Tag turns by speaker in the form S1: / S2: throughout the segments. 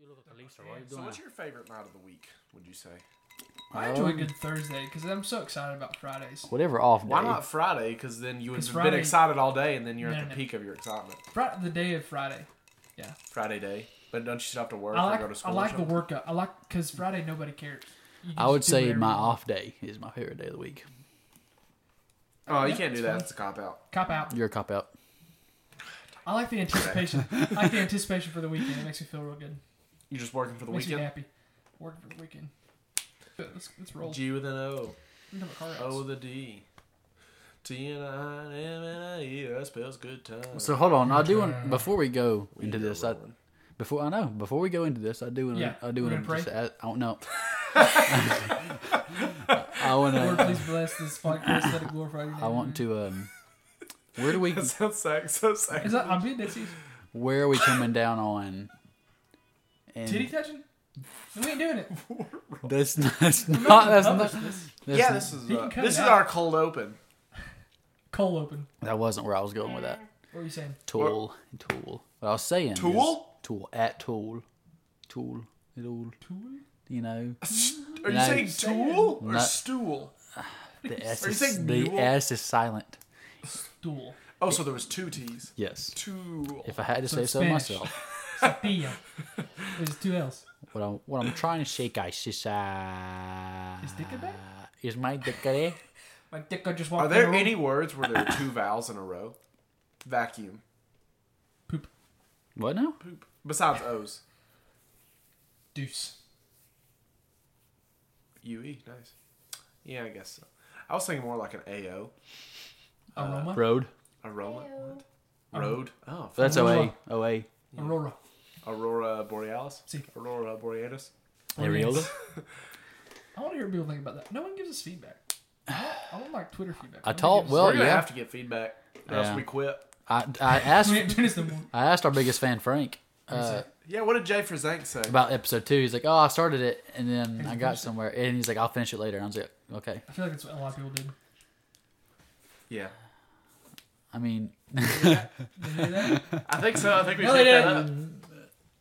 S1: You look like a Lisa, why are you
S2: So,
S1: doing
S2: what's
S1: that?
S2: your favorite night of the week? Would you say?
S3: I enjoy good Thursday because I'm so excited about Fridays.
S4: Whatever off day.
S2: Why not Friday? Because then you would
S3: 'Cause
S2: have been
S3: Friday-
S2: excited all day, and then you're
S3: No,
S2: at the
S3: no.
S2: peak of your excitement.
S3: Fri- the day of Friday.
S2: Friday day, but don't you still have to work
S3: I
S2: or go to
S3: like I
S2: school?
S3: like
S2: or
S3: the
S2: something?
S3: workout. I like because Friday nobody cares. You can
S4: I would
S3: just do
S4: say
S3: whatever
S4: my
S3: you want.
S4: off day is my favorite day of the week.
S2: Oh, you
S3: Yeah,
S2: can't do
S3: it's
S2: that.
S3: fine.
S2: It's a cop out.
S3: cop out.
S4: You're a cop out.
S3: I like the anticipation. I like the anticipation for the weekend. It makes me feel real good.
S2: You're just working for the
S3: makes me
S2: weekend.
S3: happy. Working for the weekend. Good, Let's, let's roll.
S2: G with an O,
S3: We're talking about car
S2: O
S3: wrecks.
S2: with a D, T and I and M and A E. That spells good time.
S4: So hold on, I do
S3: Okay.
S4: want before we go
S2: We
S4: into
S2: are
S4: this. I,
S2: rolling.
S4: before I know, before we go into this, I do want to.
S3: Yeah,
S4: I do
S3: we're
S4: want to.
S3: gonna
S4: Just,
S3: pray?
S4: add- I don't know. I want
S3: Lord,
S4: to.
S3: please bless this podcast. Let it glorify your name.
S4: I want to. Um, where do we?
S2: that sounds sex, so
S3: Is
S2: sex.
S3: that I'm being ditzy?
S4: Where are we coming down on?
S3: Titty
S4: And
S3: touching? We ain't doing it.
S4: that's that's not that's
S3: Publish
S4: not
S3: this.
S4: that's
S2: Yeah, this is
S3: He
S2: uh,
S3: can cut
S2: this
S3: it
S2: is
S3: out.
S2: our cold open.
S3: Cold open.
S4: that wasn't where I was going with that.
S3: What are you saying?
S4: Tool, tool. What I was saying. is-
S2: Tool?
S4: tool at tool, tool, tool. You know
S3: Mm-hmm.
S2: Are you
S4: No.
S2: saying tool or
S4: No.
S2: stool?
S4: the s
S2: Are you
S4: is,
S2: saying
S4: the
S2: mule?
S4: s is silent.
S3: Duel.
S2: Oh, so there was two T's.
S4: Yes.
S2: Tool.
S4: If I had to
S3: So
S4: say
S3: it's
S4: so
S3: Spanish.
S4: myself.
S3: Sapia. There's two L's.
S4: What I'm what I'm trying to shake ice is uh
S3: Is dick a bit?
S4: is my dick a day?
S3: My dick I just
S2: Are
S3: walked in
S2: there
S3: the room.
S2: any words where there are two vowels in a row? Vacuum.
S3: poop
S4: What now?
S2: Poop. Besides O's.
S3: deuce?
S2: UE. E, Nice. Yeah, I guess so. I was thinking more like an AO.
S3: Aroma.
S4: Road.
S2: Aroma. What? Road. Oh,
S4: Um, That's OA.
S3: Aurora.
S4: OA.
S3: Aurora.
S2: Aurora Borealis.
S3: See.
S2: Aurora Borealis.
S4: Areola.
S3: I want to hear what people think about that. No one gives us feedback. I want, I want like Twitter feedback.
S4: I
S3: No one
S4: told-
S3: gives us-
S4: well- Oh,
S2: We're gonna
S4: yeah.
S2: have to get feedback, or else
S4: Yeah.
S2: we quit.
S4: I I
S3: we
S4: asked
S3: ain't doing this no more.
S4: I asked our biggest fan Frank uh,
S2: Yeah. What did Jay Frizank say?
S4: about episode two. He's like, oh, I started it and then I got somewhere and he's like, I'll finish it later. And I was like, okay.
S3: I feel like that's what a lot of people did.
S2: yeah.
S4: I mean,
S3: Did you hear that?
S2: I think so. I think we
S3: No,
S2: picked
S3: they
S2: that up.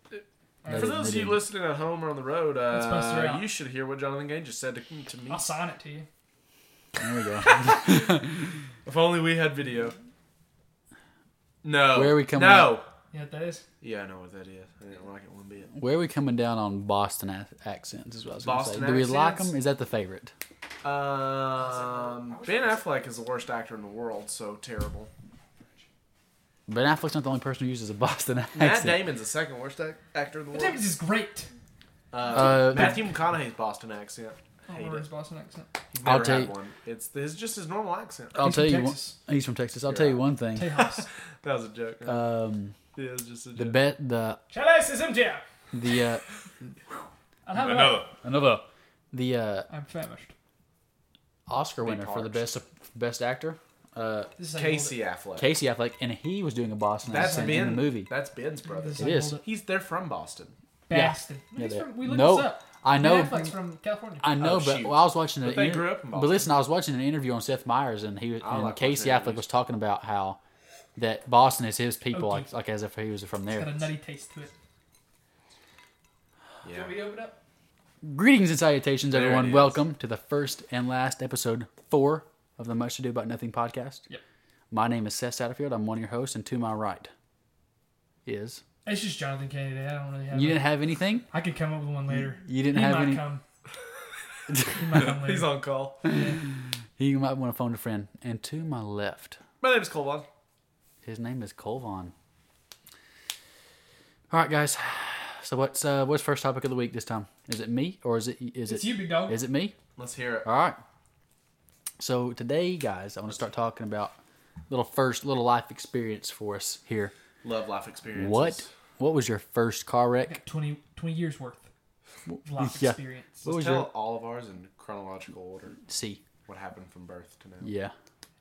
S4: They
S2: For those of
S4: didn't, they
S2: you
S4: didn't.
S2: listening at home or on the road,
S3: busted
S2: uh,
S3: out.
S2: you should hear what Jonathan Gaines just said to, to me.
S3: I'll sign it to you.
S4: there we go.
S2: If only we had video. No.
S4: Where are we coming
S2: No.
S3: You know what that is?
S2: Yeah, I know what that is. I didn't like it one bit.
S4: Where are we coming down on Boston ac- accents? Is what I was going to say.
S2: Boston
S4: Do we like
S2: accents?
S4: them? Is that the favorite?
S2: Um, Ben Affleck is the worst actor in the world, so terrible.
S4: Ben Affleck's not the only person who uses a Boston
S2: Matt
S4: accent.
S2: Damon's the second worst ac- actor in the
S3: That difference
S2: world.
S3: is great.
S2: Uh,
S4: Uh,
S2: Matthew McConaughey's Boston accent.
S3: I don't
S2: Hate
S3: remember his
S2: it.
S3: Boston accent.
S2: You've
S4: I'll
S2: never
S4: tell
S2: had
S4: you-
S2: one. It's, it's just his normal accent.
S4: I'll
S3: He's
S4: tell
S3: from
S4: you. One,
S3: Texas.
S4: he's from Texas. I'll
S2: You're
S4: tell you
S2: right.
S4: one thing.
S3: Tejas.
S2: That was a joke. Right?
S4: Um,
S2: yeah, it was just a
S4: the
S2: joke.
S4: bet the
S3: Chalice is empty.
S4: the uh,
S3: I'll have another.
S2: Another.
S4: another the uh,
S3: I'm famished.
S4: Oscar
S2: Big
S4: winner for the
S2: parts.
S4: best best actor, uh,
S3: This is how you hold
S2: Casey Affleck.
S4: Casey Affleck, and he was doing a Boston
S2: That's
S4: accent
S2: Ben.
S4: in the movie.
S2: That's Ben's
S3: it.
S2: brother.
S3: This
S4: It
S3: how you
S4: is.
S3: hold
S2: He's they're from Boston.
S3: Bastard. He's
S4: Yeah,
S3: from-
S4: that-
S3: we looked
S4: no,
S3: this up.
S4: I know.
S3: Ben Affleck's from California.
S4: I know,
S2: Oh,
S4: but
S2: shoot.
S4: well, I was watching an
S2: But they grew up in
S4: but
S2: Boston.
S4: listen, I was watching an interview on Seth Meyers, and he
S2: I
S4: and
S2: like
S4: Casey
S2: watching
S4: Affleck
S2: interviews.
S4: was talking about how that Boston is his people,
S3: Oh,
S4: like
S3: geez.
S4: like as if he was from
S3: It's got
S4: there.
S3: a nutty taste to it.
S2: Yeah.
S3: Can we open up?
S4: Greetings and salutations,
S2: There it
S4: everyone.
S2: is.
S4: Welcome to the first and last episode four of the Much to Do About Nothing podcast.
S3: Yep.
S4: My name is Seth Satterfield. I'm one of your hosts, and to my right is
S3: It's just Jonathan Kennedy. I don't really have.
S4: you
S3: a-
S4: didn't have anything.
S3: I could come up with one later.
S4: You didn't
S3: he
S4: have
S3: might
S4: any.
S3: Come. he might come later.
S2: He's on call.
S4: You might want to phone a friend. And to my left,
S2: My name's Colvon.
S4: his name is Colvon. All right, guys. So what's uh, what's first topic of the week this time? Is it me or is it is
S3: it's
S4: it
S3: you, big dog.
S4: is it me?
S2: Let's hear it.
S4: All right. So today, guys, I want to start talking about little first little life experience for us here.
S2: Love life experience.
S4: What what was your first car wreck?
S3: 20, 20 years worth of life
S4: Yeah.
S3: experience.
S4: What
S2: Let's
S4: was
S2: tell
S4: your
S2: all of ours in chronological order.
S4: C?
S2: What happened from birth to now?
S4: Yeah.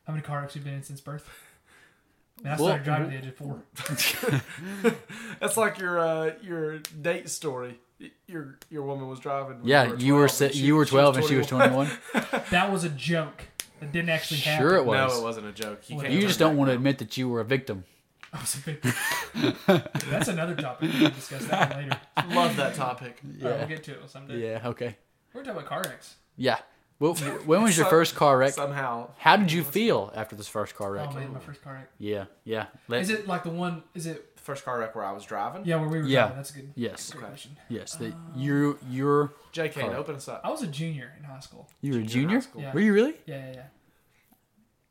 S3: How many car wrecks you've been in since birth? Man, I
S4: Well-
S3: started driving at the age of four.
S2: That's like your uh, your date story. Y- Your your woman was driving. when
S4: Yeah,
S2: 12
S4: you were
S2: and
S4: si-
S2: she-
S4: you were
S2: she
S4: 12 and she was 21.
S3: That was a joke. That didn't actually happen.
S4: Sure it was.
S2: No, it wasn't a joke. You,
S3: Well,
S2: can't
S4: You
S2: turn
S4: just don't
S2: back
S4: want to
S2: now.
S4: admit that you were a victim.
S3: I was like, that's another topic. We can discuss that one later.
S5: Love that topic.
S3: Yeah.
S4: Yeah.
S3: we'll get to it someday.
S4: Yeah. Okay.
S3: We're talking about car wrecks.
S4: Yeah. Well, when was your first car wreck?
S5: Somehow.
S4: How did you feel after this first car wreck?
S3: Oh man, my first car wreck.
S4: Yeah. Yeah. Let-
S3: Is it like the one? Is it?
S5: The first car wreck where I was driving.
S3: Yeah, where we were.
S4: Yeah.
S3: driving. that's a good.
S4: Yes.
S3: Great question.
S4: Yes. That
S3: Uh,
S4: you you're
S5: J. Kane,
S4: Car.
S5: open us up.
S3: I was a junior in high school.
S4: you're a
S5: Junior in high
S4: junior.
S5: school.
S3: Yeah.
S4: Were you really?
S3: Yeah, yeah, yeah. It was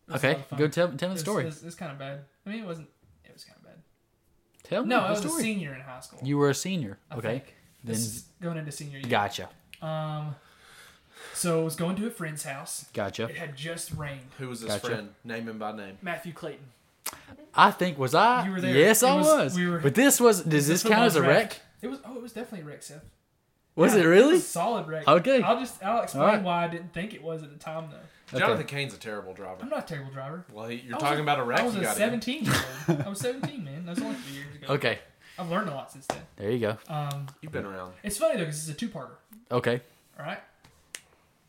S3: a lot
S4: Okay.
S3: of fun.
S4: Go tell tell me
S3: It
S4: the
S3: was-
S4: story.
S3: It was, kind of bad. I mean, it wasn't. It was kind of bad.
S4: Tell me
S3: No, I
S4: the
S3: was a
S4: story.
S3: senior in high school.
S4: You were a senior.
S3: I
S4: okay.
S3: think. This
S4: Then-
S3: is going into senior year.
S4: Gotcha.
S3: Um, so I was going to a friend's house.
S4: Gotcha.
S3: It had just rained.
S5: Who was his
S4: Gotcha.
S5: friend? Name him by name.
S3: Matthew Clayton.
S4: I think was I.
S3: You were there.
S4: Yes,
S3: It
S4: I
S3: was-
S4: was.
S3: we were-
S4: but this was. Does this
S3: This one
S4: count as
S3: was
S4: a wreck?
S3: It was. Oh, it was definitely a wreck, Seth.
S4: Was
S3: Yeah,
S4: it really?
S3: was a solid wreck.
S4: Okay.
S3: I'll just I'll explain
S4: Alright.
S3: why I didn't think it was at the time though.
S4: Okay.
S5: Jonathan Cain's a terrible driver.
S3: I'm not a terrible driver.
S5: Well, he, you're
S3: I was
S5: talking
S3: a-
S5: about a wreck
S3: I was
S5: you
S3: a
S5: got
S3: 17 year old. I was 17, man. That was only three years ago.
S4: Okay.
S3: I've learned a lot since then.
S4: There you go.
S3: Um,
S5: in. You've been around.
S3: it's funny though because it's a two-parter.
S4: Okay.
S3: All right. I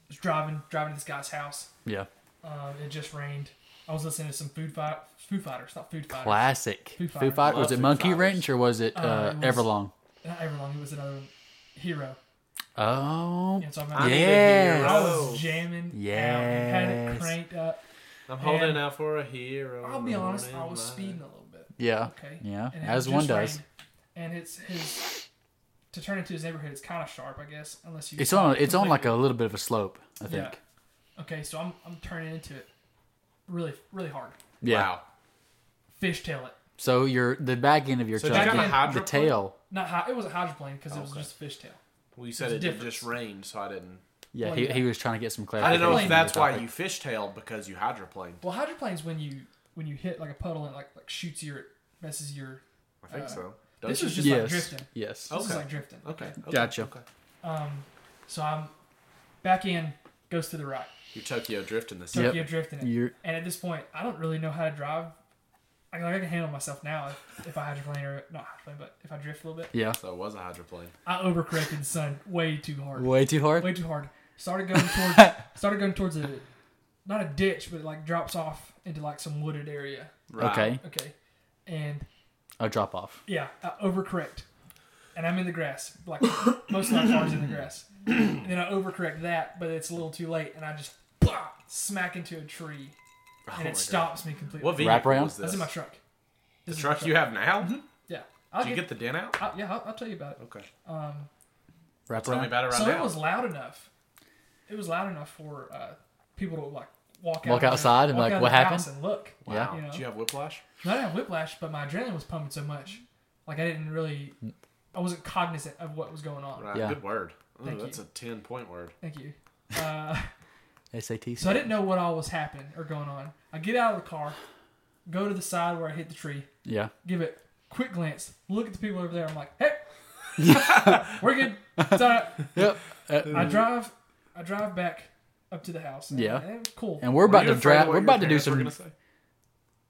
S3: was driving driving to this guy's house.
S4: Yeah.
S3: Um, it just rained. I was listening to some food fight food fighters, not food fighters.
S4: Classic.
S3: Foo
S4: Foo
S3: Fighters.
S4: Fighters. Was
S5: Love
S4: it
S5: Foo
S4: Monkey
S5: Fighters.
S4: Wrench or was it, uh,
S3: Uh, it was-
S4: Everlong?
S3: Not Everlong. It was another one. Hero.
S4: Oh.
S3: You know what I'm talking
S5: I
S3: about?
S5: need a
S4: Yes.
S5: hero.
S3: I was jamming. Yeah. Had it
S4: Yes.
S3: cranked up.
S5: I'm holding
S3: And-
S5: out for a hero.
S3: I'll be honest. I
S5: morning
S3: was
S5: light.
S3: speeding a little bit.
S4: Yeah.
S3: Okay.
S4: Yeah.
S3: And it
S4: As
S3: just
S4: one does.
S3: rained. And it's his to turn into his neighborhood. It's kind of sharp, I guess, unless you.
S4: It's on. It's on like a little bit of a slope. I
S3: Yeah.
S4: think.
S3: Okay, so I'm I'm turning into it, really really hard.
S4: Yeah.
S5: Wow.
S3: Fishtail it.
S4: So your the back end of your
S5: So
S4: truck,
S5: did you
S3: got
S4: the-
S5: a hydro
S4: the tail.
S3: Not high, it was a hydroplane because it was
S5: Okay.
S3: just a fishtail.
S5: Well, you said
S3: There's
S5: it
S3: a
S5: did
S3: difference.
S5: just rain, so I didn't.
S4: Yeah,
S3: Well,
S4: he,
S3: yeah.
S4: he was trying to get some
S5: I
S4: clarification.
S5: didn't know
S4: on
S5: if
S4: the
S5: that's why
S4: topic.
S5: you fishtailed because you hydroplaned.
S3: Well, hydroplane's when you when you hit like a puddle and it, like like shoots your messes your.
S5: I think
S3: Uh,
S5: so.
S3: this
S5: you?
S3: was just like
S4: yes.
S3: drifting.
S4: Yes.
S3: This is
S5: Okay.
S3: like drifting.
S5: okay. okay.
S4: Gotcha.
S5: Okay.
S3: Um, so I'm back in goes to the right.
S5: You're Tokyo drifting this.
S3: Tokyo
S5: year.
S3: yep. drifting it.
S4: You're-
S3: And at this point, I don't really know how to drive. I, like, I can handle myself now if, if I hydroplane or not hydroplane, but if I drift a little bit.
S4: Yeah.
S5: So it was a hydroplane.
S3: I overcorrected, son, way too hard.
S4: Way too hard.
S3: Way too hard. Started going towards started going towards a not a ditch, but it like drops off into like some wooded area.
S5: Right.
S4: Okay.
S3: Okay. And
S4: A drop off.
S3: yeah, I overcorrect. And I'm in the grass. Like most of my car's in the grass. And then I overcorrect that, but it's a little too late and I just bah, smack into a tree.
S5: Oh
S3: And
S5: my
S3: it
S5: God.
S3: stops me completely.
S5: What vehicle
S4: Wraparound?
S5: was
S3: That's
S5: this?
S3: in my truck.
S5: The
S3: This is
S5: truck
S3: my Mm-hmm.
S5: you have now?
S3: Yeah. I'll
S5: Did you get the dent out?
S3: I'll- yeah, I'll, I'll tell you about it.
S5: Okay.
S3: Um,
S4: Wrap
S5: Tell me
S4: around.
S5: about it right
S3: so
S5: now.
S3: it was loud enough. It was loud enough for uh, people to like walk out
S4: Walk
S3: of their-
S4: outside and
S3: walk
S4: like,
S3: out of
S4: "What
S3: their
S4: happened?"
S3: house And look,
S5: wow.
S4: Yeah.
S3: You know?
S5: Do you have whiplash?
S3: I didn't have whiplash, but my adrenaline was pumping so much, like I didn't really, I wasn't cognizant of what was going on.
S5: Right.
S4: Yeah.
S5: Good word. Ooh,
S3: Thank
S5: that's
S3: you.
S5: a 10 point word.
S3: Thank you. Uh,
S4: SAT.
S3: so I didn't know what all was happening or going on. I get out of the car, go to the side where I hit the tree,
S4: Yeah.
S3: give it a quick glance, look at the people over there. I'm like, hey, we're good. It's all right.
S4: Yep. Uh,
S3: I drive, I drive back up to the house. and-
S4: Yeah.
S3: and cool.
S4: and we're about
S5: you
S4: to
S5: afraid of
S4: draft.
S5: what
S4: We're
S5: your
S4: about to do
S5: parents were
S4: some.
S5: gonna say?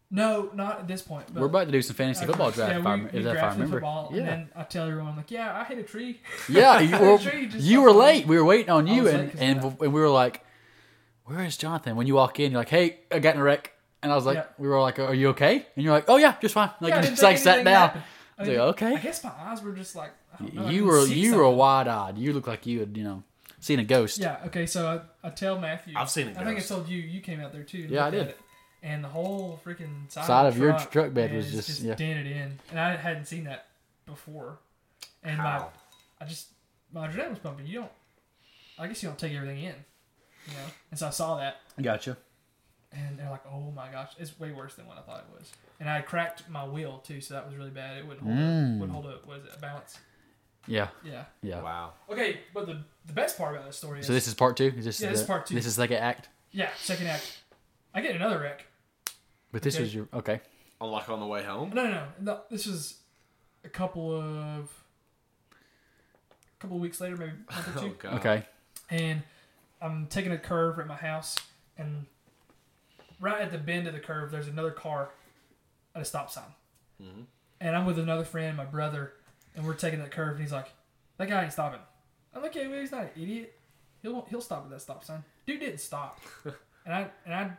S3: No, not at this point. But
S4: We're about to do some fantasy
S3: I-
S4: football draft.
S3: yeah,
S4: if
S3: we-
S4: I rem-
S3: we
S4: if I
S3: drafted
S4: remember.
S3: Football,
S4: yeah.
S3: And then I tell everyone like, yeah, I hit a tree.
S4: Yeah, you were,
S3: Sure, you just
S4: you
S3: saw
S4: were
S3: something.
S4: late. We were waiting on you,
S3: was late
S4: and
S3: 'cause of
S4: and,
S3: that.
S4: w- and we were like, "Where is Jonathan?" When you walk in, you're like, "Hey, I got in a wreck," and I was like,
S3: Yeah.
S4: "We were like, are you okay?" And you're like, "Oh yeah, just fine." Like
S3: Yeah, I
S4: you
S3: didn't
S4: just like
S3: think
S4: sat
S3: anything
S4: down.
S3: happened.
S4: I was
S3: mean,
S4: like,
S3: I
S4: "Okay."
S3: guess my eyes were just like I don't know, I
S4: You
S3: couldn't
S4: were
S3: see
S4: you were
S3: something.
S4: wide eyed. You look like you had you know seen a ghost.
S3: Yeah. Okay. So I, I tell Matthew.
S5: I've seen a
S3: I think I
S5: ghost.
S3: told you. You came out there too. and
S4: Yeah, I
S3: looked at
S4: did.
S3: it. And the whole freaking side,
S4: Side
S3: of,
S4: of
S3: the
S4: your
S3: truck,
S4: truck bed
S3: man,
S4: was
S3: is
S4: just-
S3: just
S4: yeah.
S3: dented in, and I hadn't seen that before. And my,
S5: How?
S3: I just my adrenaline was pumping. You don't. I guess you don't take everything in. You know. And so I saw that.
S4: Gotcha.
S3: and they're like, "Oh my gosh, it's way worse than what I thought it was." And I cracked my wheel too, so that was really bad. It wouldn't hold.
S4: Mm.
S3: A, wouldn't hold a what is it? A balance.
S4: Yeah,
S3: Yeah.
S4: yeah.
S5: Wow.
S3: Okay, but the the best part about this story is
S4: So this is part two. Is this
S3: Yeah,
S4: the,
S3: this is part two.
S4: This is like an act.
S3: yeah second act. I get another wreck.
S4: But this
S3: Okay.
S4: was your okay.
S5: Unlock on the way home?
S3: No, no, no. no this was a couple of a couple of weeks later, maybe a month or two.
S5: Oh, God.
S4: Okay.
S3: and I'm taking a curve at my house, and right at the bend of the curve, there's another car at a stop sign. And I'm with another friend, my brother, and we're taking that curve, and he's like, "That guy ain't stopping." I'm like, "Yeah, well, he's not an idiot. He'll he'll stop at that stop sign." Dude didn't stop, and I and I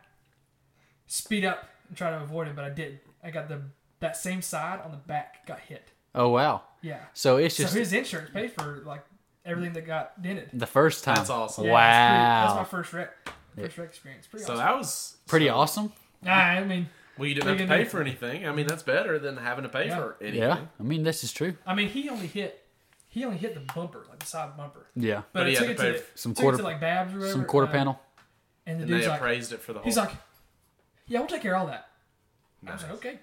S3: speed up and try to avoid him, but I did. I got the that same side on the back got hit.
S4: Oh wow.
S3: Yeah.
S4: So it's just
S3: so his insurance paid for like everything that got dented.
S4: the first time.
S5: That's awesome.
S4: Wow.
S3: Yeah, it's pretty- that's my first wreck. First wreck experience. Pretty
S5: So
S3: awesome.
S5: that was
S4: Pretty awesome.
S3: Nah, I mean,
S5: Well, you didn't have
S3: Friggin'
S5: to pay for anything. I mean, that's better than having to pay
S3: Yeah.
S5: for anything.
S4: Yeah. I mean, this is true.
S3: I mean, he only hit, he only hit the bumper, like the side bumper.
S4: Yeah.
S3: But,
S5: But
S3: it
S5: he
S3: took
S5: had
S3: it
S5: to
S3: to,
S5: pay
S4: some
S3: took it
S4: quarter-
S3: to like Babs or whatever.
S4: Some quarter
S3: uh,
S4: panel.
S3: And the
S5: And
S3: dude's
S5: they
S3: like,
S5: appraised it for the whole.
S3: he's like, yeah, we'll take care of all that. I was
S5: Nice.
S3: like, okay,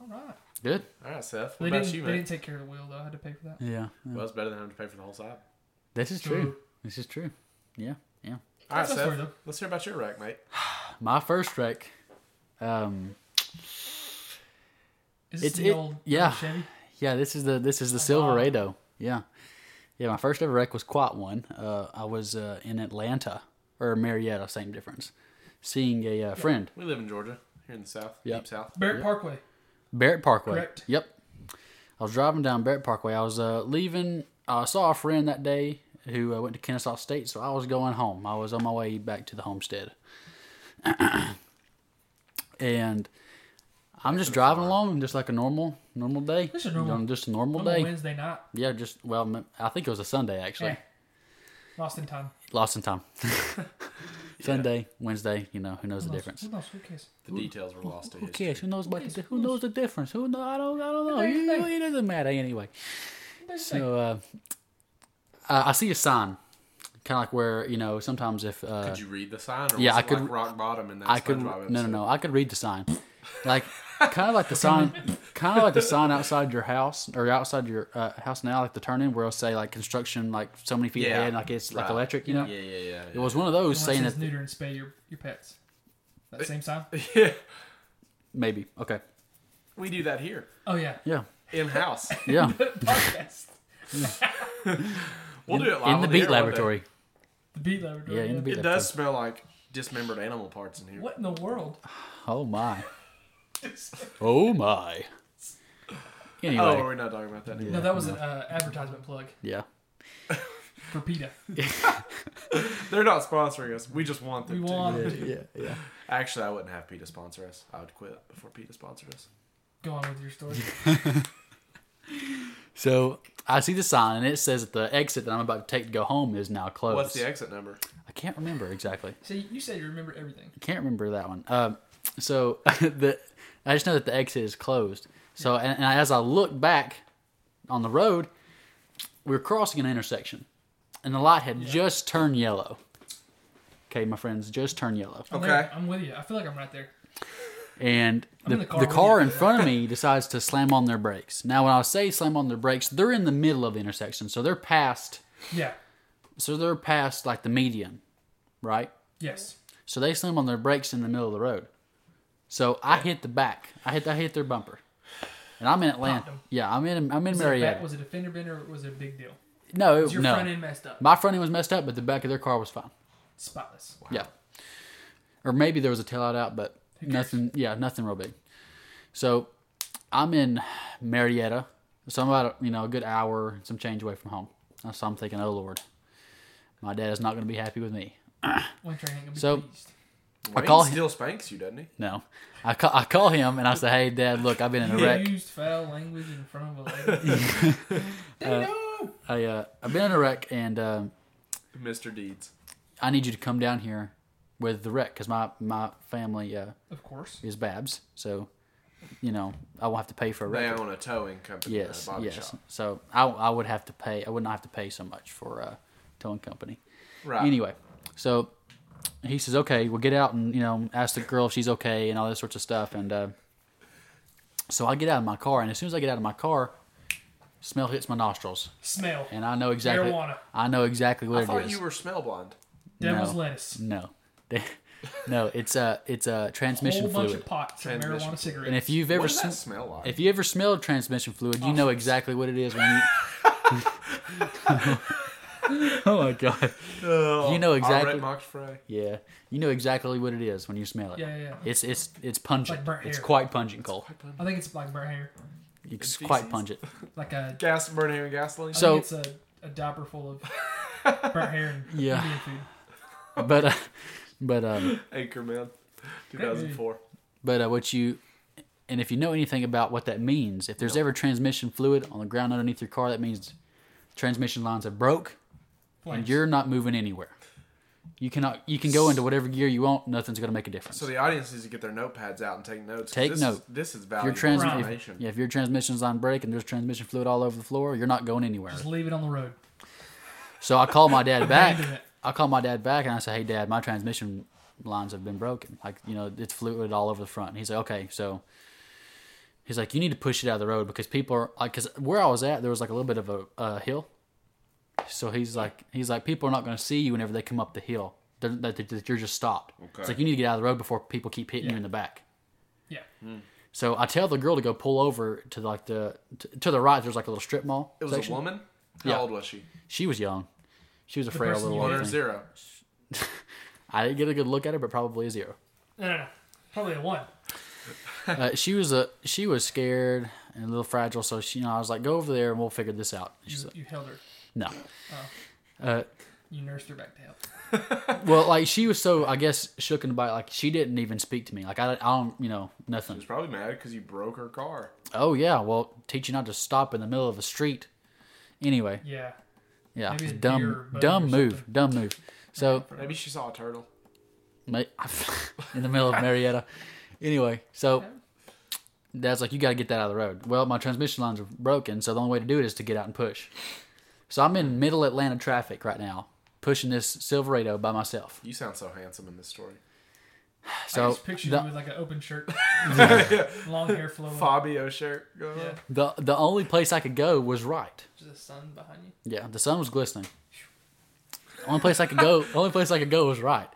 S3: all right.
S4: Good.
S5: all right, Seth.
S3: They
S5: What about
S3: didn't,
S5: you,
S3: they
S5: man?
S3: didn't take care of the wheel though. I had to pay for that.
S4: Yeah.
S5: Well, it's better than having to pay for the whole side.
S4: This is
S3: True.
S4: true. This is true. Yeah. Yeah.
S5: All right,
S3: That's
S5: Seth.
S3: fair, though.
S5: Let's hear about your wreck, mate.
S4: My first wreck. Um.
S3: Is this
S4: It's-
S3: the
S4: it-
S3: old
S4: yeah.
S3: old Chevy?
S4: Yeah. This is the this is the Silverado. Yeah. Yeah. My first ever wreck was quite one. Uh, I was uh, in Atlanta or Marietta, same difference. Seeing a uh, friend,
S5: We live in Georgia, here in the South,
S4: Yep.
S5: deep South.
S3: Barrett Parkway.
S4: Barrett Parkway.
S3: Correct.
S4: Yep. I was driving down Barrett Parkway. I was uh, leaving. I saw a friend that day who uh, went to Kennesaw State, so I was going home. I was on my way back to the homestead. and I'm just driving along, just like a normal normal day.
S3: Just a normal-
S4: Um, just a normal
S3: I'm on
S4: day.
S3: Wednesday night.
S4: Yeah, just well, I think it was a Sunday actually.
S3: Eh, lost in time.
S4: Lost in time. Sunday, Wednesday. You know who knows the
S3: Lost-
S4: difference.
S3: who lost- who cares?
S5: The details were lost to
S4: Who
S5: history.
S4: cares? Who knows what?
S3: Yes,
S4: Who knows the difference? Who know? I don't. I don't know.
S3: It doesn't
S4: You-
S3: matter.
S4: It doesn't matter anyway.
S3: There's like-
S4: So uh, I I see a sign, kind of like where you know sometimes if uh,
S5: Could you read the sign? Or
S4: yeah,
S5: was
S4: I
S5: it
S4: could-
S5: Like rock bottom in that
S4: I could no
S5: SpongeBob
S4: no
S5: episode?
S4: no I could read the sign, like kind of like the sign, kind of like the sign outside your house or outside your uh, house now, like the turn in where it'll say like construction like so many feet
S5: Yeah,
S4: ahead, like it's like
S5: right.
S4: electric, you know.
S5: Yeah, yeah, yeah. yeah.
S4: It was one of those
S3: Once
S4: saying
S3: says
S4: that
S3: neuter and spay your, your pets. That same sign?
S5: yeah.
S4: maybe okay
S5: We do that here
S3: Oh, yeah.
S4: yeah
S5: in house.
S4: yeah
S3: Podcast.
S5: We'll do it live
S4: in the
S5: on air
S4: beat
S5: one day.
S4: laboratory
S3: The Beat Laboratory.
S4: yeah in the beat
S5: It
S4: laboratory
S5: does smell like dismembered animal parts in here.
S3: What in the world?
S4: oh my oh my anyway
S5: Oh, we're not talking about that anymore.
S3: No, that was an uh, advertisement plug
S4: yeah
S3: for PETA.
S5: They're not sponsoring us. We just want
S3: We
S5: them to.
S3: want to
S4: yeah yeah
S5: Actually, I wouldn't have PETA sponsor us. I would quit before PETA sponsored us.
S3: go on with your story.
S4: So I see the sign and it says that the exit that I'm about to take to go home is now closed.
S5: What's the exit number?
S4: I can't remember exactly.
S3: So you you said you remember everything.
S4: Can't remember that one. Um, so the I just know that the exit is closed. So and, and as I look back on the road, we were crossing an intersection, and the light had just turned yellow. Okay, my friends, just turned yellow,
S3: I'm
S5: Okay.
S3: there. I'm with you. I feel like I'm right there.
S4: and the,
S3: in
S4: the
S3: the car
S4: car,
S3: with you.
S4: in front of me decides to slam on their brakes. Now, when I say slam on their brakes, they're in the middle of the intersection, so they're past
S3: Yeah.
S4: so they're past like the median, right?
S3: Yes.
S4: So they slam on their brakes in the middle of the road. So I hit the back. I hit I hit their bumper, and I'm in Atlanta.
S3: them.
S4: Yeah, I'm in I'm in
S3: Was it, a bat,
S4: Marietta.
S3: was it a fender bender or was it a big deal?
S4: no,
S3: Was your
S4: no.
S3: front end messed up?
S4: My front end was messed up, but the back of their car was fine.
S3: Spotless.
S4: Yeah, or maybe there was a taillight out, but
S3: cares?
S4: nothing. Yeah, nothing real big. So I'm in Marietta. So I'm about you know a good hour, and some change away from home. So I'm thinking, oh lord, my dad is not going to be happy with me.
S3: One train ain't gonna be
S4: So-
S3: pleased.
S5: I
S4: call him-
S5: still spanks you, doesn't he?
S4: No. I call, I call him and I say, hey, Dad, look, I've been in a wreck.
S3: Used foul language in front of a lady. Dino!
S4: I, uh, I've been in a wreck and um
S5: Mr. Deeds.
S4: I need you to come down here with the wreck because my, my family uh,
S3: Of course.
S4: is Babs. So, you know, I will have to pay for a
S5: They
S4: wreck.
S5: own a towing company.
S4: Yes,
S5: uh, body
S4: yes.
S5: Shop.
S4: So I, I would have to pay. I would not have to pay so much for a towing company.
S5: Right.
S4: Anyway, so he says, "Okay, we'll get out and you know ask the girl if she's okay and all this sorts of stuff." And uh, so I get out of my car, and as soon as I get out of my car, smell hits my nostrils,
S3: Smell.
S4: and I know exactly.
S3: Marijuana.
S4: I know exactly what
S5: I
S4: it
S5: thought
S4: is.
S5: you were smell blind.
S3: Devil's
S4: no.
S3: lettuce.
S4: no, no, it's a it's a transmission
S3: Whole bunch
S4: fluid.
S3: of pots and
S5: Transmission
S3: marijuana
S5: fluid.
S3: cigarettes.
S4: And if you've
S5: What
S4: ever
S5: does that
S4: sm-
S5: smell like?
S4: if you ever smelled transmission fluid, you know exactly what it is when you. oh my god. you know
S5: I
S4: exactly.
S5: read Oh, Mox Frey.
S4: Yeah, you know exactly what it is when you smell it.
S3: Yeah, yeah, yeah.
S4: It's it's it's pungent.
S3: Like burnt
S4: it's
S3: hair.
S4: quite pungent, Cole.
S3: I think it's like burnt hair.
S4: It's
S5: feces?
S4: quite pungent.
S3: Like a,
S5: Gas, burn hair, and gasoline.
S4: So-
S3: I think it's a, a diaper full of burnt hair and
S4: Yeah.
S3: Indian food.
S4: But uh, but um
S5: Anchorman, 2004.
S4: but uh, what you And if you know anything about what that means, if there's ever transmission fluid on the ground underneath your car, that means transmission lines have broke and
S3: Flames.
S4: you're not moving anywhere. You cannot. You can go into whatever gear you want. Nothing's going to make a difference.
S5: So the audience needs to get their notepads out and take notes. 'cause
S4: Take
S5: this
S4: note.
S5: Is, this is
S4: if
S5: valuable
S4: your trans- if-
S5: information.
S4: yeah, if your transmission's on break and there's transmission fluid all over the floor, you're not going anywhere.
S3: Just leave it on the road.
S4: So I call my dad back.
S3: Abandon it.
S4: I call my dad back and I say, "Hey, Dad, my transmission lines have been broken. Like, you know, it's fluid all over the front." And he's like, "Okay, so." He's like, "You need to push it out of the road because people are like, because where I was at, there was like a little bit of a, a hill. So he's like, he's like, people are not going to see you whenever they come up the hill. They're, that that you're just stopped. It's
S5: Okay.
S4: like you need to get out of the road before people keep hitting you in the back."
S3: Yeah.
S4: Hmm. So I tell the girl to go pull over to like the to, to the right. There's like a little strip mall.
S5: It was
S4: section.
S5: a woman. How
S4: Yeah.
S5: old was she?
S4: She was young. She was a frail
S3: person
S4: little
S3: you
S4: old
S5: One
S3: knew.
S5: or
S4: thing.
S5: zero?
S4: I didn't get a good look at her, but probably a zero.
S3: No, no, no. Probably a one.
S4: Uh, she was a she was scared and a little fragile, so she, you know I was like, go over there and we'll figure this out.
S3: You,
S4: She's like,
S3: you held her.
S4: no.
S3: You nursed her back to health.
S4: Well, like she was so I guess shooken by it, like she didn't even speak to me. Like I, I don't you know
S5: She
S4: nothing.
S5: was probably mad because you broke her car.
S4: Oh yeah, well teach you not to stop in the middle of a street. Anyway,
S3: Yeah.
S4: yeah,
S3: Maybe
S4: it's
S3: a deer or
S4: dumb
S3: bug or
S4: dumb move,
S3: something.
S4: dumb move. So
S5: Maybe she saw a turtle.
S4: ma- in the middle of Marietta. Anyway, so dad's like, you got to get that out of the road. Well, my transmission lines are broken, so the only way to do it is to get out and push. So I'm in middle Atlanta traffic right now, pushing this Silverado by myself.
S5: You sound so handsome in this story.
S3: I
S4: So
S3: just pictured
S4: the-
S3: you with like an open shirt, long hair flowing.
S5: Fabio shirt. Going
S3: Yeah.
S5: on.
S4: the the only place I could go was right.
S3: Just the sun behind you.
S4: Yeah, the sun was glistening. Only place I could go, only place I could go was right.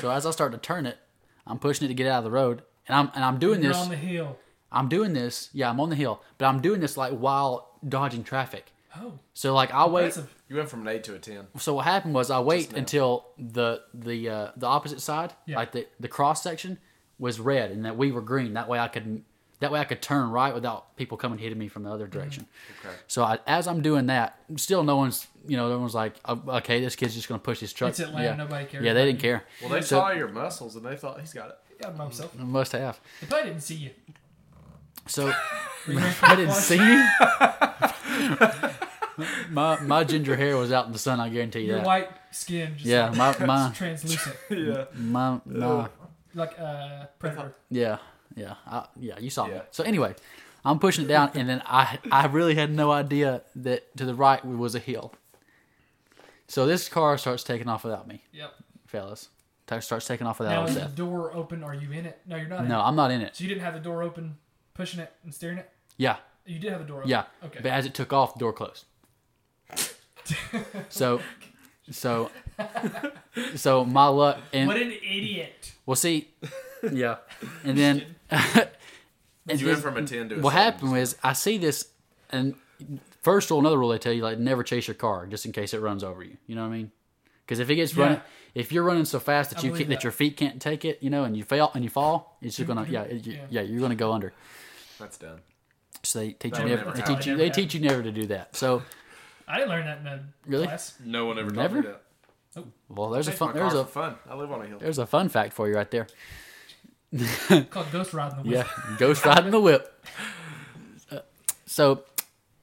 S4: So as I start to turn it, I'm pushing it to get out of the road, and I'm and I'm doing
S3: You're
S4: this.
S3: on the hill.
S4: I'm doing this. Yeah, I'm on the hill, but I'm doing this like while dodging traffic.
S3: Oh,
S4: So like I wait.
S3: impressive.
S5: You went from an eight to a ten.
S4: So what happened was I wait
S5: now.
S4: until the the uh, the opposite side,
S3: Yeah.
S4: like the the cross section, was red and that we were green. That way I could that way I could turn right without people coming hitting me from the other
S3: Mm-hmm.
S4: direction.
S5: Okay.
S4: So I, as I'm doing that, still no one's you know no one's like "Oh, okay this kid's just gonna push his truck.
S3: It's Atlanta,
S4: yeah.
S3: nobody cares
S4: Yeah, they
S3: about
S4: didn't
S3: you.
S4: care.
S5: Well, they
S4: So-
S5: saw your muscles and they thought he's got it.
S3: Yeah, by myself.
S4: Must have.
S3: If I didn't see you,
S4: So
S3: were you
S4: I didn't see you. my my ginger hair was out in the sun. I guarantee you
S3: your
S4: that.
S3: white skin. Just
S4: yeah, my my
S3: Like, translucent,
S5: Yeah.
S4: my my.
S3: like uh, predator.
S4: Yeah, yeah, I, yeah. You saw me.
S5: Yeah.
S4: So anyway, I'm pushing it down, and then I I really had no idea that to the right was a hill. So this car starts taking off without me,
S3: Yep.
S4: fellas. Ta- Starts taking off
S3: Now
S4: without us.
S3: is the door open? Are you in it? No, you're not. In
S4: No,
S3: it.
S4: I'm not in it.
S3: So you didn't have the door open, pushing it and steering it.
S4: Yeah,
S3: You did have the door open.
S4: yeah.
S3: Okay.
S4: But as it took off, the door closed. so, so, so my luck and
S3: What an idiot!
S4: we'll see. Yeah, and then. and
S5: You went
S4: then-
S5: from a ten to a
S4: what
S5: seven.
S4: happened was I see this, and first rule, another rule they tell you like never chase your car just in case it runs over you. You know what I mean? Because if it gets
S3: Yeah.
S4: running, if you're running so fast that
S3: I
S4: you
S3: believe
S4: can't, that
S3: that.
S4: your feet can't take it, you know, and you fail and you fall, it's just gonna
S3: Mhm.
S4: yeah it, you-
S3: Yeah.
S4: yeah. you're gonna go under.
S5: That's done.
S4: So they teach
S5: That
S4: you
S5: would
S4: never,
S5: never
S4: they
S5: happen.
S4: teach you
S3: That
S4: they
S3: would never
S4: teach you never to do that. So
S3: I didn't learn that in a
S4: Really?
S3: class.
S5: No one ever
S4: Never?
S5: told me that.
S4: well, there's a
S5: Take my
S4: fun
S5: car
S4: there's
S5: for
S4: a
S5: fun. I live on a hill.
S4: there's a fun fact for you right there.
S3: called Ghost Riding the Whistle.
S4: Yeah, ghost riding the whip. Uh, So,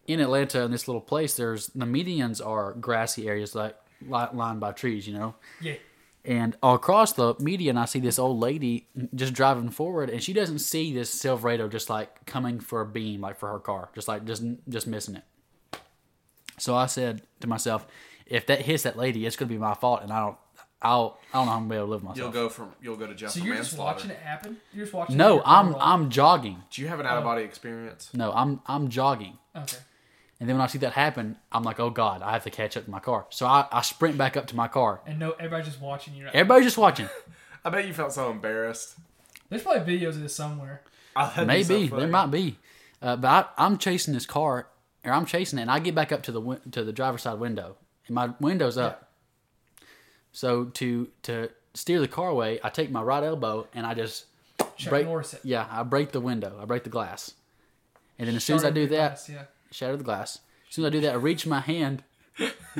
S4: in Atlanta, in this little place, there's the medians are grassy areas like li- lined by trees, you know.
S3: Yeah.
S4: And across the median, I see this old lady just driving forward, and she doesn't see this Silverado just like coming for a beam, like for her car, just like just just missing it. So I said to myself, if that hits that lady, it's gonna be my fault, and I don't, I'll, I don't know how I'm gonna be able to live with
S5: You'll
S4: myself.
S5: go from you'll go to jail
S3: So
S5: for
S3: you're just
S5: manslaughter.
S3: watching it happen. You're just watching.
S4: No,
S3: your car
S4: I'm
S3: roll.
S4: I'm jogging.
S5: Do you have an out of body
S4: Oh.
S5: experience?
S4: No, I'm I'm jogging.
S3: Okay.
S4: And then when I see that happen, I'm like, oh God, I have to catch up to my car. So I, I sprint back up to my car.
S3: And no, everybody's just watching you. Right
S4: Everybody's just watching.
S5: I bet you felt so embarrassed.
S3: There's probably videos of this somewhere.
S5: Oh, that'd be so
S4: Maybe.
S5: funny.
S4: there might be. Uh, but I, I'm chasing this car, or I'm chasing it, and I get back up to the win- to the driver's side window. And my window's up. So to to steer the car away, I take my right elbow and I just
S3: Chuck
S4: break.
S3: Norris it.
S4: Yeah, I break the window. I break the glass. And then as soon as I do
S3: Shattered
S4: that,
S3: glass, yeah.
S4: shatter the glass. As soon as I do that, I reach my hand,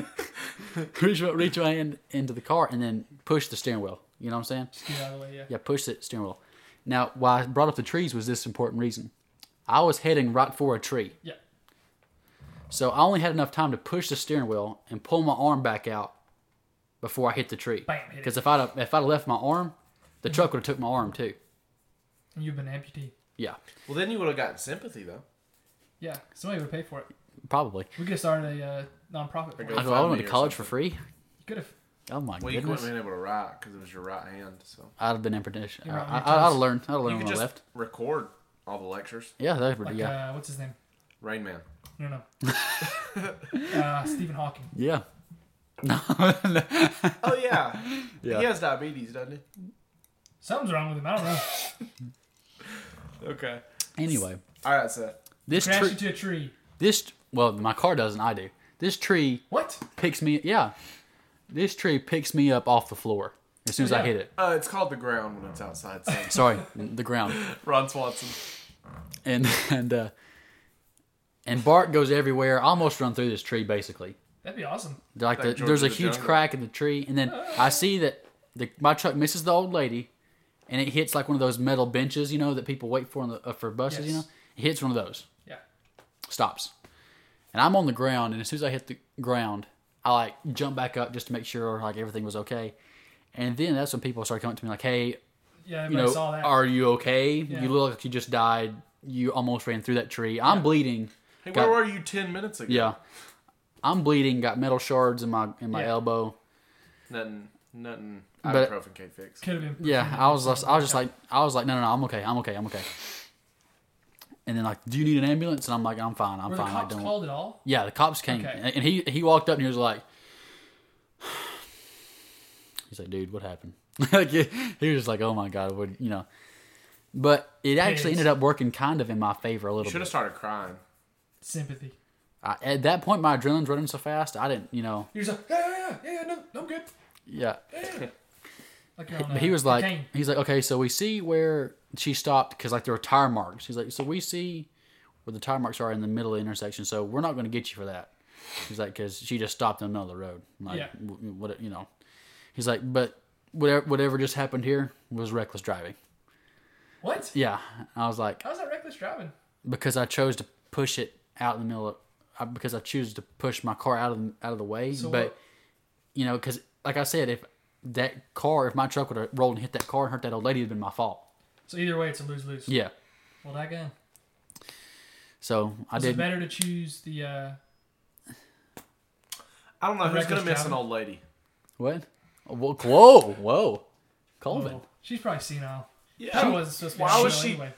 S4: reach, my- reach my hand into the car, and then push the steering wheel. You know what I'm saying?
S3: Just get out of the way. Yeah.
S4: Yeah, push the steering wheel. Now, why I brought up the trees was this important reason. I was heading right for a tree.
S3: Yeah.
S4: So I only had enough time to push the steering wheel and pull my arm back out before I hit the tree.
S3: Bam, hit it.
S4: Because if I'd have- if I'd have left my arm, the truck would have took my arm too.
S3: And you've been amputee.
S4: Yeah,
S2: Well, then you would have gotten sympathy though.
S3: Yeah. Somebody would pay for it.
S4: probably.
S3: We could have started a uh, nonprofit. For
S2: There
S3: it.
S2: you go.
S3: You
S4: I, go, I
S2: find
S4: went
S2: me
S4: to
S2: or
S4: college for free.
S3: could have.
S4: Oh my
S2: Well, you
S4: goodness!
S2: wouldn't have been able to write because it was your right hand. So
S4: I'd have been impotent. I,
S3: You're right,
S4: I,
S3: you're
S4: I'd have
S3: close.
S4: learned. I'd have
S2: you
S4: learned
S2: could
S4: when I
S2: just
S4: left.
S2: record all the lectures.
S4: Yeah, that would
S3: Like,
S4: be yeah.
S3: uh, what's his name?
S2: Rain Man.
S3: No, no. uh, Stephen Hawking.
S4: yeah.
S2: Oh yeah.
S4: Yeah.
S2: He has diabetes, doesn't
S3: Something's wrong with him. I don't know.
S2: he? Okay.
S4: Anyway,
S2: All right, Seth.
S4: this
S3: Crash
S4: tree,
S3: into a tree.
S4: this well, my car doesn't. I do. This tree
S3: What?
S4: picks me. Yeah, this tree picks me up off the floor as soon as I
S3: Yeah.
S4: hit it.
S2: Uh, it's called the ground when it's outside. So.
S4: Sorry, the ground.
S2: Ron Swanson.
S4: And and uh, and Bart goes everywhere. I Almost run through this tree basically.
S3: That'd be awesome.
S4: like the,
S2: Like George
S4: there's a
S2: of the
S4: huge
S2: Jungle.
S4: crack in the tree, and then I see that the, my truck misses the old lady, and it hits like one of those metal benches, you know, that people wait for on the, uh, for buses, you know.
S3: Yes.
S4: It hits one of those,
S3: Yeah.
S4: stops, and I'm on the ground, and as soon as I hit the ground, I like jump back up just to make sure like everything was okay, and then that's when people start coming to me like, hey,
S3: Yeah,
S4: you
S3: everybody
S4: know,
S3: saw that.
S4: are you okay?
S3: Yeah.
S4: You look like you just died. You almost ran through that tree. I'm bleeding.
S2: Hey,
S4: Got-
S2: where were you ten minutes ago?
S4: Yeah, I'm bleeding. Got metal shards in my in my
S3: Yeah.
S4: elbow.
S2: Nothing. Nothing.
S4: But-
S2: ibuprofen can't fix.
S3: Could have been.
S4: Yeah, I was just, I was just like I was like no no no I'm okay I'm okay I'm okay. And then like, do you need an ambulance? And I'm like, I'm fine, I'm
S3: Were the
S4: fine. I
S3: cops
S4: don't.
S3: called at all?
S4: Yeah, the cops came
S3: Okay.
S4: and he he walked up and he was like, he's like, dude, what happened? like he he was just like, oh my god, what you know? But it actually
S3: Yes.
S4: ended up working kind of in my favor a little
S2: Should have
S4: bit.
S2: started crying.
S3: Sympathy.
S4: I, at that point, my adrenaline's running so fast, I didn't you know
S3: You're just like, yeah, yeah, yeah, yeah, no, no, I'm good.
S4: yeah.
S3: Like you're on,
S4: But
S3: uh,
S4: he was like,
S3: cocaine.
S4: he's like, okay, so we see where she stopped because like there were tire marks. He's like, so we see where the tire marks are in the middle of the intersection. So we're not going to get you for that. He's like, because she just stopped in the middle of the road. I'm Like,
S3: Yeah.
S4: w- what you know? He's like, but whatever, whatever just happened here was reckless driving.
S3: what?
S4: Yeah, I was like,
S3: How's that reckless driving?
S4: because I chose to push it out in the middle of, I- because I choose to push my car out of the, out of the way.
S3: So
S4: but
S3: what-
S4: you know, because like I said, if that car, if my truck would have rolled and hit that car and hurt that old lady, it'd been my fault.
S3: So either way, it's a lose lose.
S4: Yeah.
S3: Well, that guy.
S4: So I
S3: Is it
S4: did.
S3: better to choose the? uh
S2: I don't know
S3: The
S2: who's gonna
S3: reckless
S2: miss an
S3: driving.
S2: old lady.
S4: What? Whoa, whoa, whoa. Colvin.
S3: oh, She's probably senile.
S2: Yeah.
S3: She wasn't supposed to be.
S2: Why
S3: senile
S2: was she-
S3: Anyway.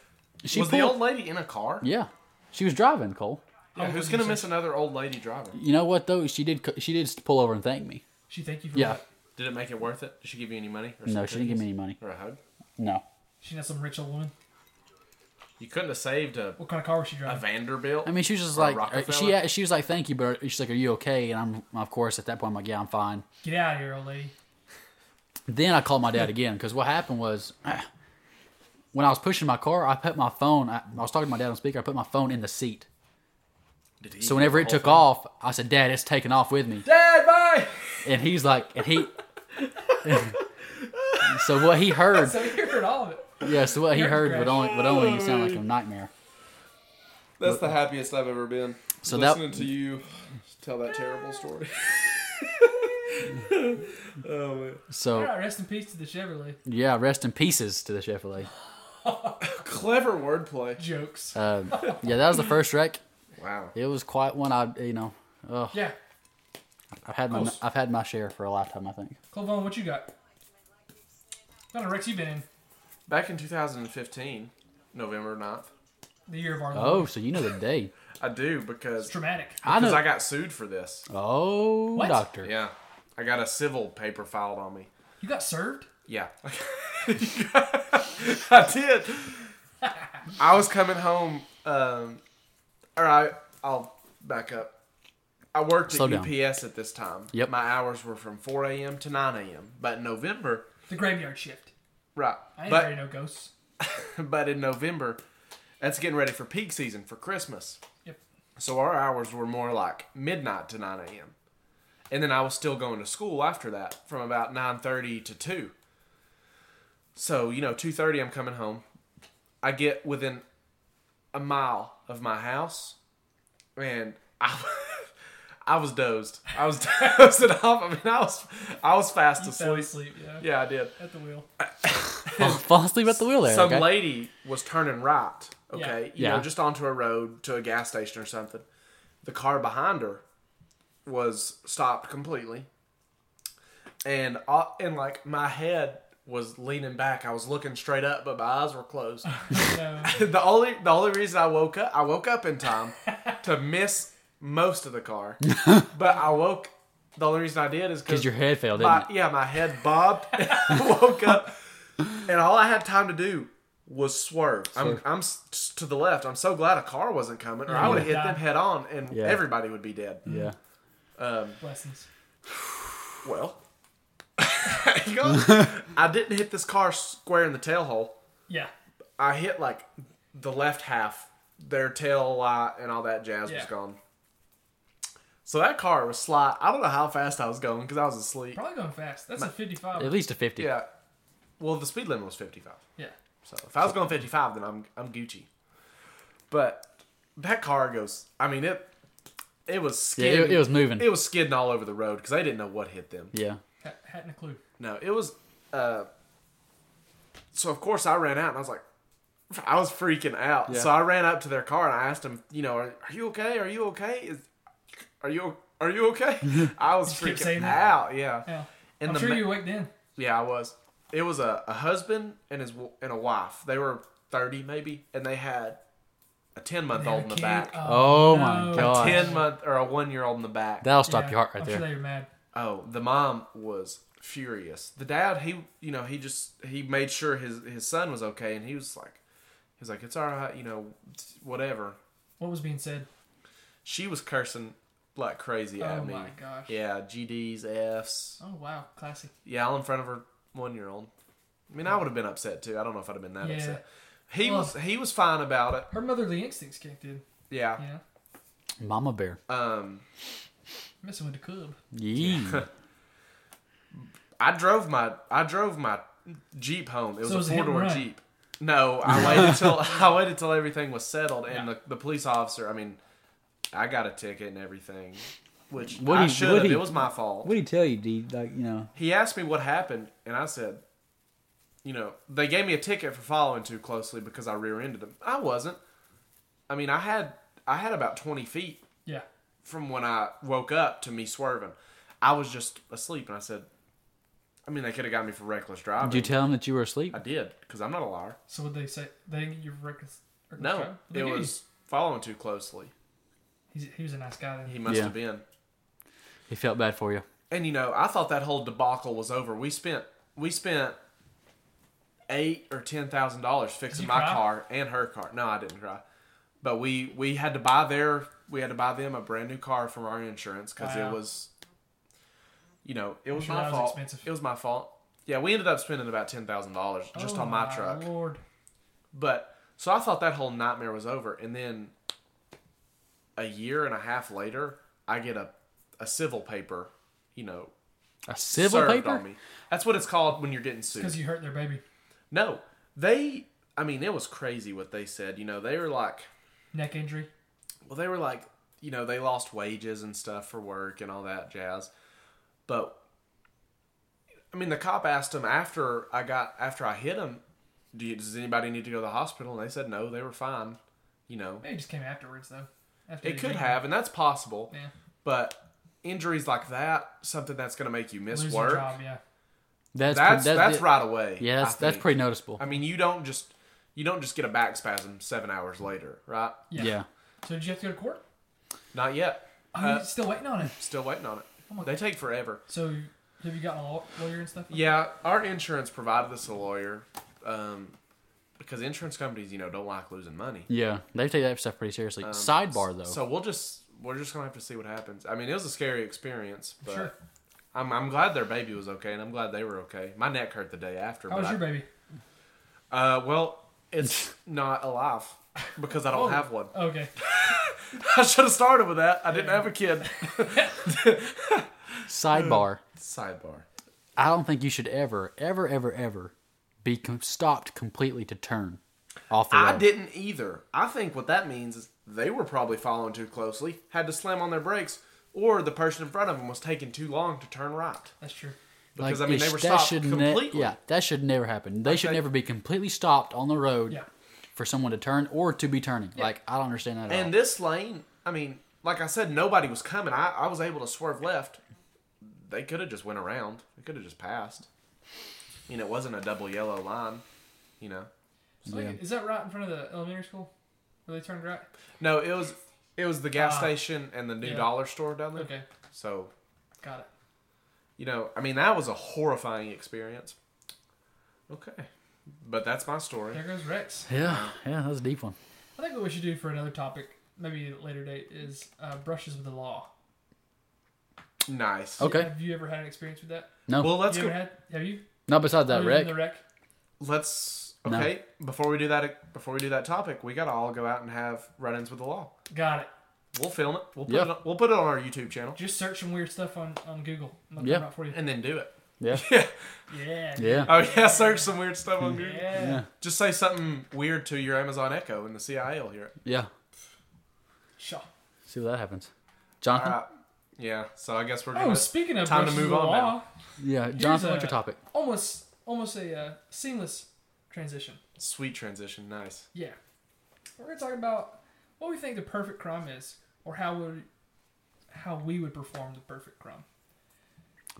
S4: She
S2: was
S4: pulled,
S2: the old lady in a car?
S4: Yeah, she was driving Cole.
S2: Yeah,
S3: Oh,
S2: who's
S3: goodness,
S2: gonna
S3: sir.
S2: miss another old lady driving?
S4: You know what though? She did. co- She did pull over and thank me.
S3: She thank you for
S4: Yeah.
S3: that.
S2: Did it make it worth it? Did she give you any money? Or
S4: No,
S2: some
S4: she didn't give me
S2: cookies?
S4: any money.
S2: Or a hug?
S4: No.
S3: She's not some rich old woman.
S2: You couldn't have saved a,
S3: What kind of car was she
S2: a
S3: driving?
S2: Vanderbilt.
S4: I mean, she was just
S2: Or a
S4: like uh, she.
S2: Rockefeller?
S4: She was like, "Thank you," but she's like, "Are you okay?" And I'm, of course, at that point, I'm like, "Yeah, I'm fine."
S3: Get out of here, old lady.
S4: Then I called my dad again because what happened was when I was pushing my car, I put my phone. I, I was talking to my dad on speaker. I put my phone in the seat.
S2: Did he
S4: So whenever
S2: get
S4: it
S2: the
S4: took
S2: whole
S4: off, I said, "Dad, it's taking off with me."
S2: thing? Dad, bye.
S4: and he's like, and he. so what he heard,
S3: So you heard all of it.
S4: yeah. So what he
S3: You're
S4: heard would
S3: crazy.
S4: only would only sound like a nightmare.
S2: That's the happiest I've ever been.
S4: So that-
S2: listening to you tell that terrible story. oh man.
S3: All
S4: So
S3: right, rest in peace to the Chevrolet.
S4: yeah, rest in pieces to the Chevrolet.
S2: Clever wordplay.
S3: Jokes.
S4: Um, yeah, that was the first wreck.
S2: Wow.
S4: It was quite one. I you know, ugh,
S3: yeah.
S4: I've had my I've had my share for a lifetime. I think.
S3: Clovon, what you got? What kind of wrecks you been in?
S2: Back in 2015, November 9th,
S3: The year of our Lord.
S4: Oh, so you know the day.
S2: I do because
S3: It's traumatic.
S4: I
S2: because
S4: know.
S2: I got sued for this.
S4: oh,
S3: What?
S4: doctor.
S2: Yeah, I got a civil paper filed on me.
S3: You got served?
S2: Yeah. I did. I was coming home. Um, all right, I'll back up. I worked
S4: Slow
S2: at
S4: down.
S2: UPS at this time.
S4: Yep.
S2: My hours were from 4 a.m. to 9 a.m. But in November,
S3: The graveyard shift.
S2: right.
S3: I ain't
S2: But,
S3: ready no ghosts.
S2: but in November, that's getting ready for peak season for Christmas.
S3: Yep.
S2: So our hours were more like midnight to 9 a.m. And then I was still going to school after that from about 9.30 to 2. So, you know, 2.30 I'm coming home. I get within a mile of my house, and I, I was dozed. I was dozing off. I mean, I was, I was fast
S3: You fell
S2: asleep.
S3: asleep, yeah.
S2: Yeah, I did.
S3: At the wheel.
S4: Fall, fall asleep at the wheel there.
S2: Some
S4: okay?
S2: lady was turning right. Okay, you
S4: Yeah.
S2: know, just onto a road to a gas station or something. The car behind her was stopped completely, and all, and like my head was leaning back. I was looking straight up, but my eyes were closed.
S3: No.
S2: the only the only reason I woke up, I woke up in time to miss most of the car, but I woke. The only reason I did is
S4: Because
S2: because
S4: your head failed, didn't
S2: my,
S4: it?
S2: yeah, my head bobbed. I woke up, and all I had time to do was swerve. I'm, I'm s- s- to the left. I'm so glad a car wasn't coming, or I
S3: you
S2: would have
S3: would've
S2: hit
S3: died.
S2: them head on, and
S4: Yeah.
S2: everybody would be dead.
S4: Yeah.
S3: Blessings.
S2: Well, you know, I didn't hit this car square in the tail hole.
S3: Yeah.
S2: I hit like the left half. Their tail light and all that jazz was
S3: Yeah.
S2: gone. So that car was slight. I don't know how fast I was going because I was asleep.
S3: Probably going fast. That's a 55.
S4: At least a 50.
S2: Yeah. Well, the speed limit was 55.
S3: yeah.
S2: So if I was going 55, then I'm I'm Gucci. But that car goes. I mean it. It was
S4: Yeah,
S2: skidding.
S4: it, it was moving.
S2: It was skidding all over the road because they didn't know what hit them.
S4: yeah.
S3: Ha- hadn't a clue.
S2: No, it was. Uh, so of course I ran out and I was like, I was freaking out.
S4: Yeah.
S2: So I ran up to their car and I asked them, you know, are, are you okay? Are you okay? Is are you are you okay? I was
S3: Just keep
S2: freaking
S3: saying that.
S2: out. Yeah.
S3: Yeah.
S2: And
S3: I'm
S2: the
S3: sure
S2: ma-
S3: you were awake then.
S2: Yeah, I was. It was a, a husband and his w- and a wife. They were thirty maybe, and they had a ten month
S3: They had
S2: old
S3: a
S2: in the
S3: kid.
S2: back,
S4: Oh, my
S3: no.
S4: God.
S2: ten month or a one year old in the back.
S4: That'll stop
S3: Yeah,
S4: your heart right
S3: I'm
S4: there.
S3: sure they were mad.
S2: oh, the mom was furious. The dad, he you know he just he made sure his his son was okay, and he was like, he was like it's all right, you know, whatever.
S3: What was being said?
S2: She was cursing like crazy at
S3: oh
S2: me.
S3: my gosh.
S2: Yeah, GDs, Fs.
S3: Oh wow, classic.
S2: Yeah, all in front of her one year old. I mean, I would have been upset too. I don't know if I'd have been that
S3: Yeah.
S2: upset. He
S3: Well-
S2: was he was fine about it.
S3: Her motherly instincts kicked in.
S2: Yeah.
S3: Yeah.
S4: Mama bear.
S2: Um,
S3: Messing with the cub.
S4: Yee.
S2: I drove my I drove my Jeep home. It was
S3: So it was a
S2: a
S3: hit
S2: four
S3: and
S2: door
S3: run.
S2: Jeep. No, I waited till I waited till everything was settled, and the, the police officer. I mean, I got a ticket and everything, which
S4: What
S2: I
S4: he-
S2: should
S4: what
S2: have.
S4: he-
S2: It was my fault.
S4: do you tell you, D? Like, you know.
S2: he asked me what happened, and I said, you know, they gave me a ticket for following too closely because I rear-ended them. I wasn't. I mean, I had I had about twenty feet
S3: Yeah.
S2: from when I woke up to me swerving. I was just asleep, and I said, I mean, they could have got me for reckless driving.
S4: Did you tell him that you were asleep?
S2: I did because I'm not a liar.
S3: So would they say they didn't get your record? record
S2: No,
S3: trial? They
S2: it
S3: gave you-
S2: was following too closely.
S3: He's, he was a nice guy then.
S2: He must
S4: Yeah.
S2: have been.
S4: He felt bad for you.
S2: And you know, I thought that whole debacle was over. We spent we spent eight or ten thousand dollars fixing
S3: you
S2: my
S3: cry?
S2: car and her car. No, I didn't cry. But we we had to buy their we had to buy them a brand new car from our insurance because
S3: Wow.
S2: it was, you know, it was
S3: sure
S2: my
S3: that was
S2: fault.
S3: expensive.
S2: It was my fault. Yeah, we ended up spending about ten thousand dollars just
S3: Oh
S2: on my truck.
S3: Lord.
S2: But so I thought that whole nightmare was over, and then a year and a half later, I get a a civil paper, you know,
S4: A civil
S2: served
S4: paper?
S2: on me. That's what it's called when you're getting
S3: Because
S2: sued.
S3: you hurt their baby.
S2: no, they. I mean, it was crazy what they said. You know, they were like,
S3: Neck injury.
S2: well, they were like, you know, they lost wages and stuff for work and all that jazz. But I mean, the cop asked him after I got after I hit him, Do you, does anybody need to go to the hospital? And they said no, they were fine. You know,
S3: Maybe it just came afterwards though. After
S2: it
S3: they
S2: could
S3: beat
S2: have, and that's possible.
S3: you. Yeah.
S2: But injuries like that, something that's going to make you miss
S3: Lose your
S2: work,
S3: job. Yeah.
S4: That's,
S2: that's
S4: pre-
S2: that's, right away.
S4: Yeah, that's,
S2: I
S4: that's
S2: think.
S4: pretty noticeable.
S2: I mean, you don't just you don't just get a back spasm seven hours later, right?
S4: Yeah.
S3: Yeah. So did you have to go to court?
S2: Not yet.
S3: Oh,
S2: Uh,
S3: you're still waiting on it.
S2: Still waiting on it.
S3: my
S2: They take forever.
S3: So have you gotten a law- lawyer and stuff?
S2: Yeah, our insurance provided us a lawyer, um, because insurance companies, you know, don't like losing money.
S4: Yeah. They take that stuff pretty seriously. Sidebar, though.
S2: Um, So we'll just we're just gonna have to see what happens. I mean, it was a scary experience, but
S3: Sure.
S2: I'm I'm glad their baby was okay, and I'm glad they were okay. My neck hurt the day after.
S3: How
S2: but
S3: was
S2: I-
S3: your baby?
S2: Uh, well, it's not alive because I don't have one.
S3: Oh, okay.
S2: I should have started with that. I didn't have a kid.
S4: Sidebar.
S2: uh, Sidebar.
S4: I don't think you should ever, ever, ever, ever be com- stopped completely to turn. off the
S2: I
S4: road.
S2: didn't either. I think what that means is they were probably following too closely, had to slam on their brakes, or the person in front of them was taking too long to turn right.
S3: That's true.
S4: Like,
S2: Because I mean,
S4: it's-
S2: they were
S4: that
S2: stopped
S4: should ne-
S2: completely.
S4: yeah, that should never happen. They should
S2: they-
S4: never be completely stopped on the road
S3: Yeah.
S4: for someone to turn or to be turning. Like I don't understand that at
S2: And
S4: all.
S2: this lane, I mean, like I said, nobody was coming. I, I was able to swerve left. They could have just went around. They could have just passed. You know, it wasn't a double yellow line. You know,
S3: So like, Is that right in front of the elementary school? Where they turned right?
S2: no, it was it was the gas
S3: Ah.
S2: station and the new
S3: Yeah.
S2: dollar store down there.
S3: Okay,
S2: So
S3: got it.
S2: you know, I mean, that was a horrifying experience. Okay, but that's my story.
S3: There goes Rex.
S4: Yeah, yeah, that was a deep one.
S3: I think what we should do for another topic, maybe at a later date, is uh, brushes with the law.
S2: Nice.
S4: Okay,
S3: Have you ever had an experience with that?
S4: no,
S2: Well, let's
S3: you
S2: go.
S3: ever had? Have you?
S4: not besides that
S3: Other
S4: wreck.
S3: than The wreck.
S2: let's
S4: No.
S2: okay. Before we do that, before we do that topic, we gotta all go out and have run-ins with the law.
S3: Got it.
S2: We'll film it. We'll put
S4: Yeah.
S2: it. On, we'll put it on our YouTube channel
S3: Just search some weird stuff on, on Google. Look
S4: Yeah.
S3: yeah. Right for you.
S2: and then do it.
S4: Yeah,
S3: Yeah.
S4: yeah,
S2: Oh yeah, search some weird stuff on Google.
S3: Yeah.
S4: yeah,
S2: Just say something weird to your Amazon Echo, and the CIA will hear it.
S4: yeah.
S3: Sure.
S4: See what that happens.
S2: All
S4: Jonathan,
S2: right. Uh, Yeah. So I guess we're
S3: Oh,
S2: gonna.
S3: speaking of
S2: Time to
S3: brushes with
S2: move on
S3: the law,
S2: now.
S4: yeah, Jonathan,
S3: a-
S4: what's your topic?
S3: almost almost a uh, seamless transition.
S2: sweet transition. Nice.
S3: Yeah. We're gonna talk about what we think the perfect crime is, or how would how we would perform the perfect crime.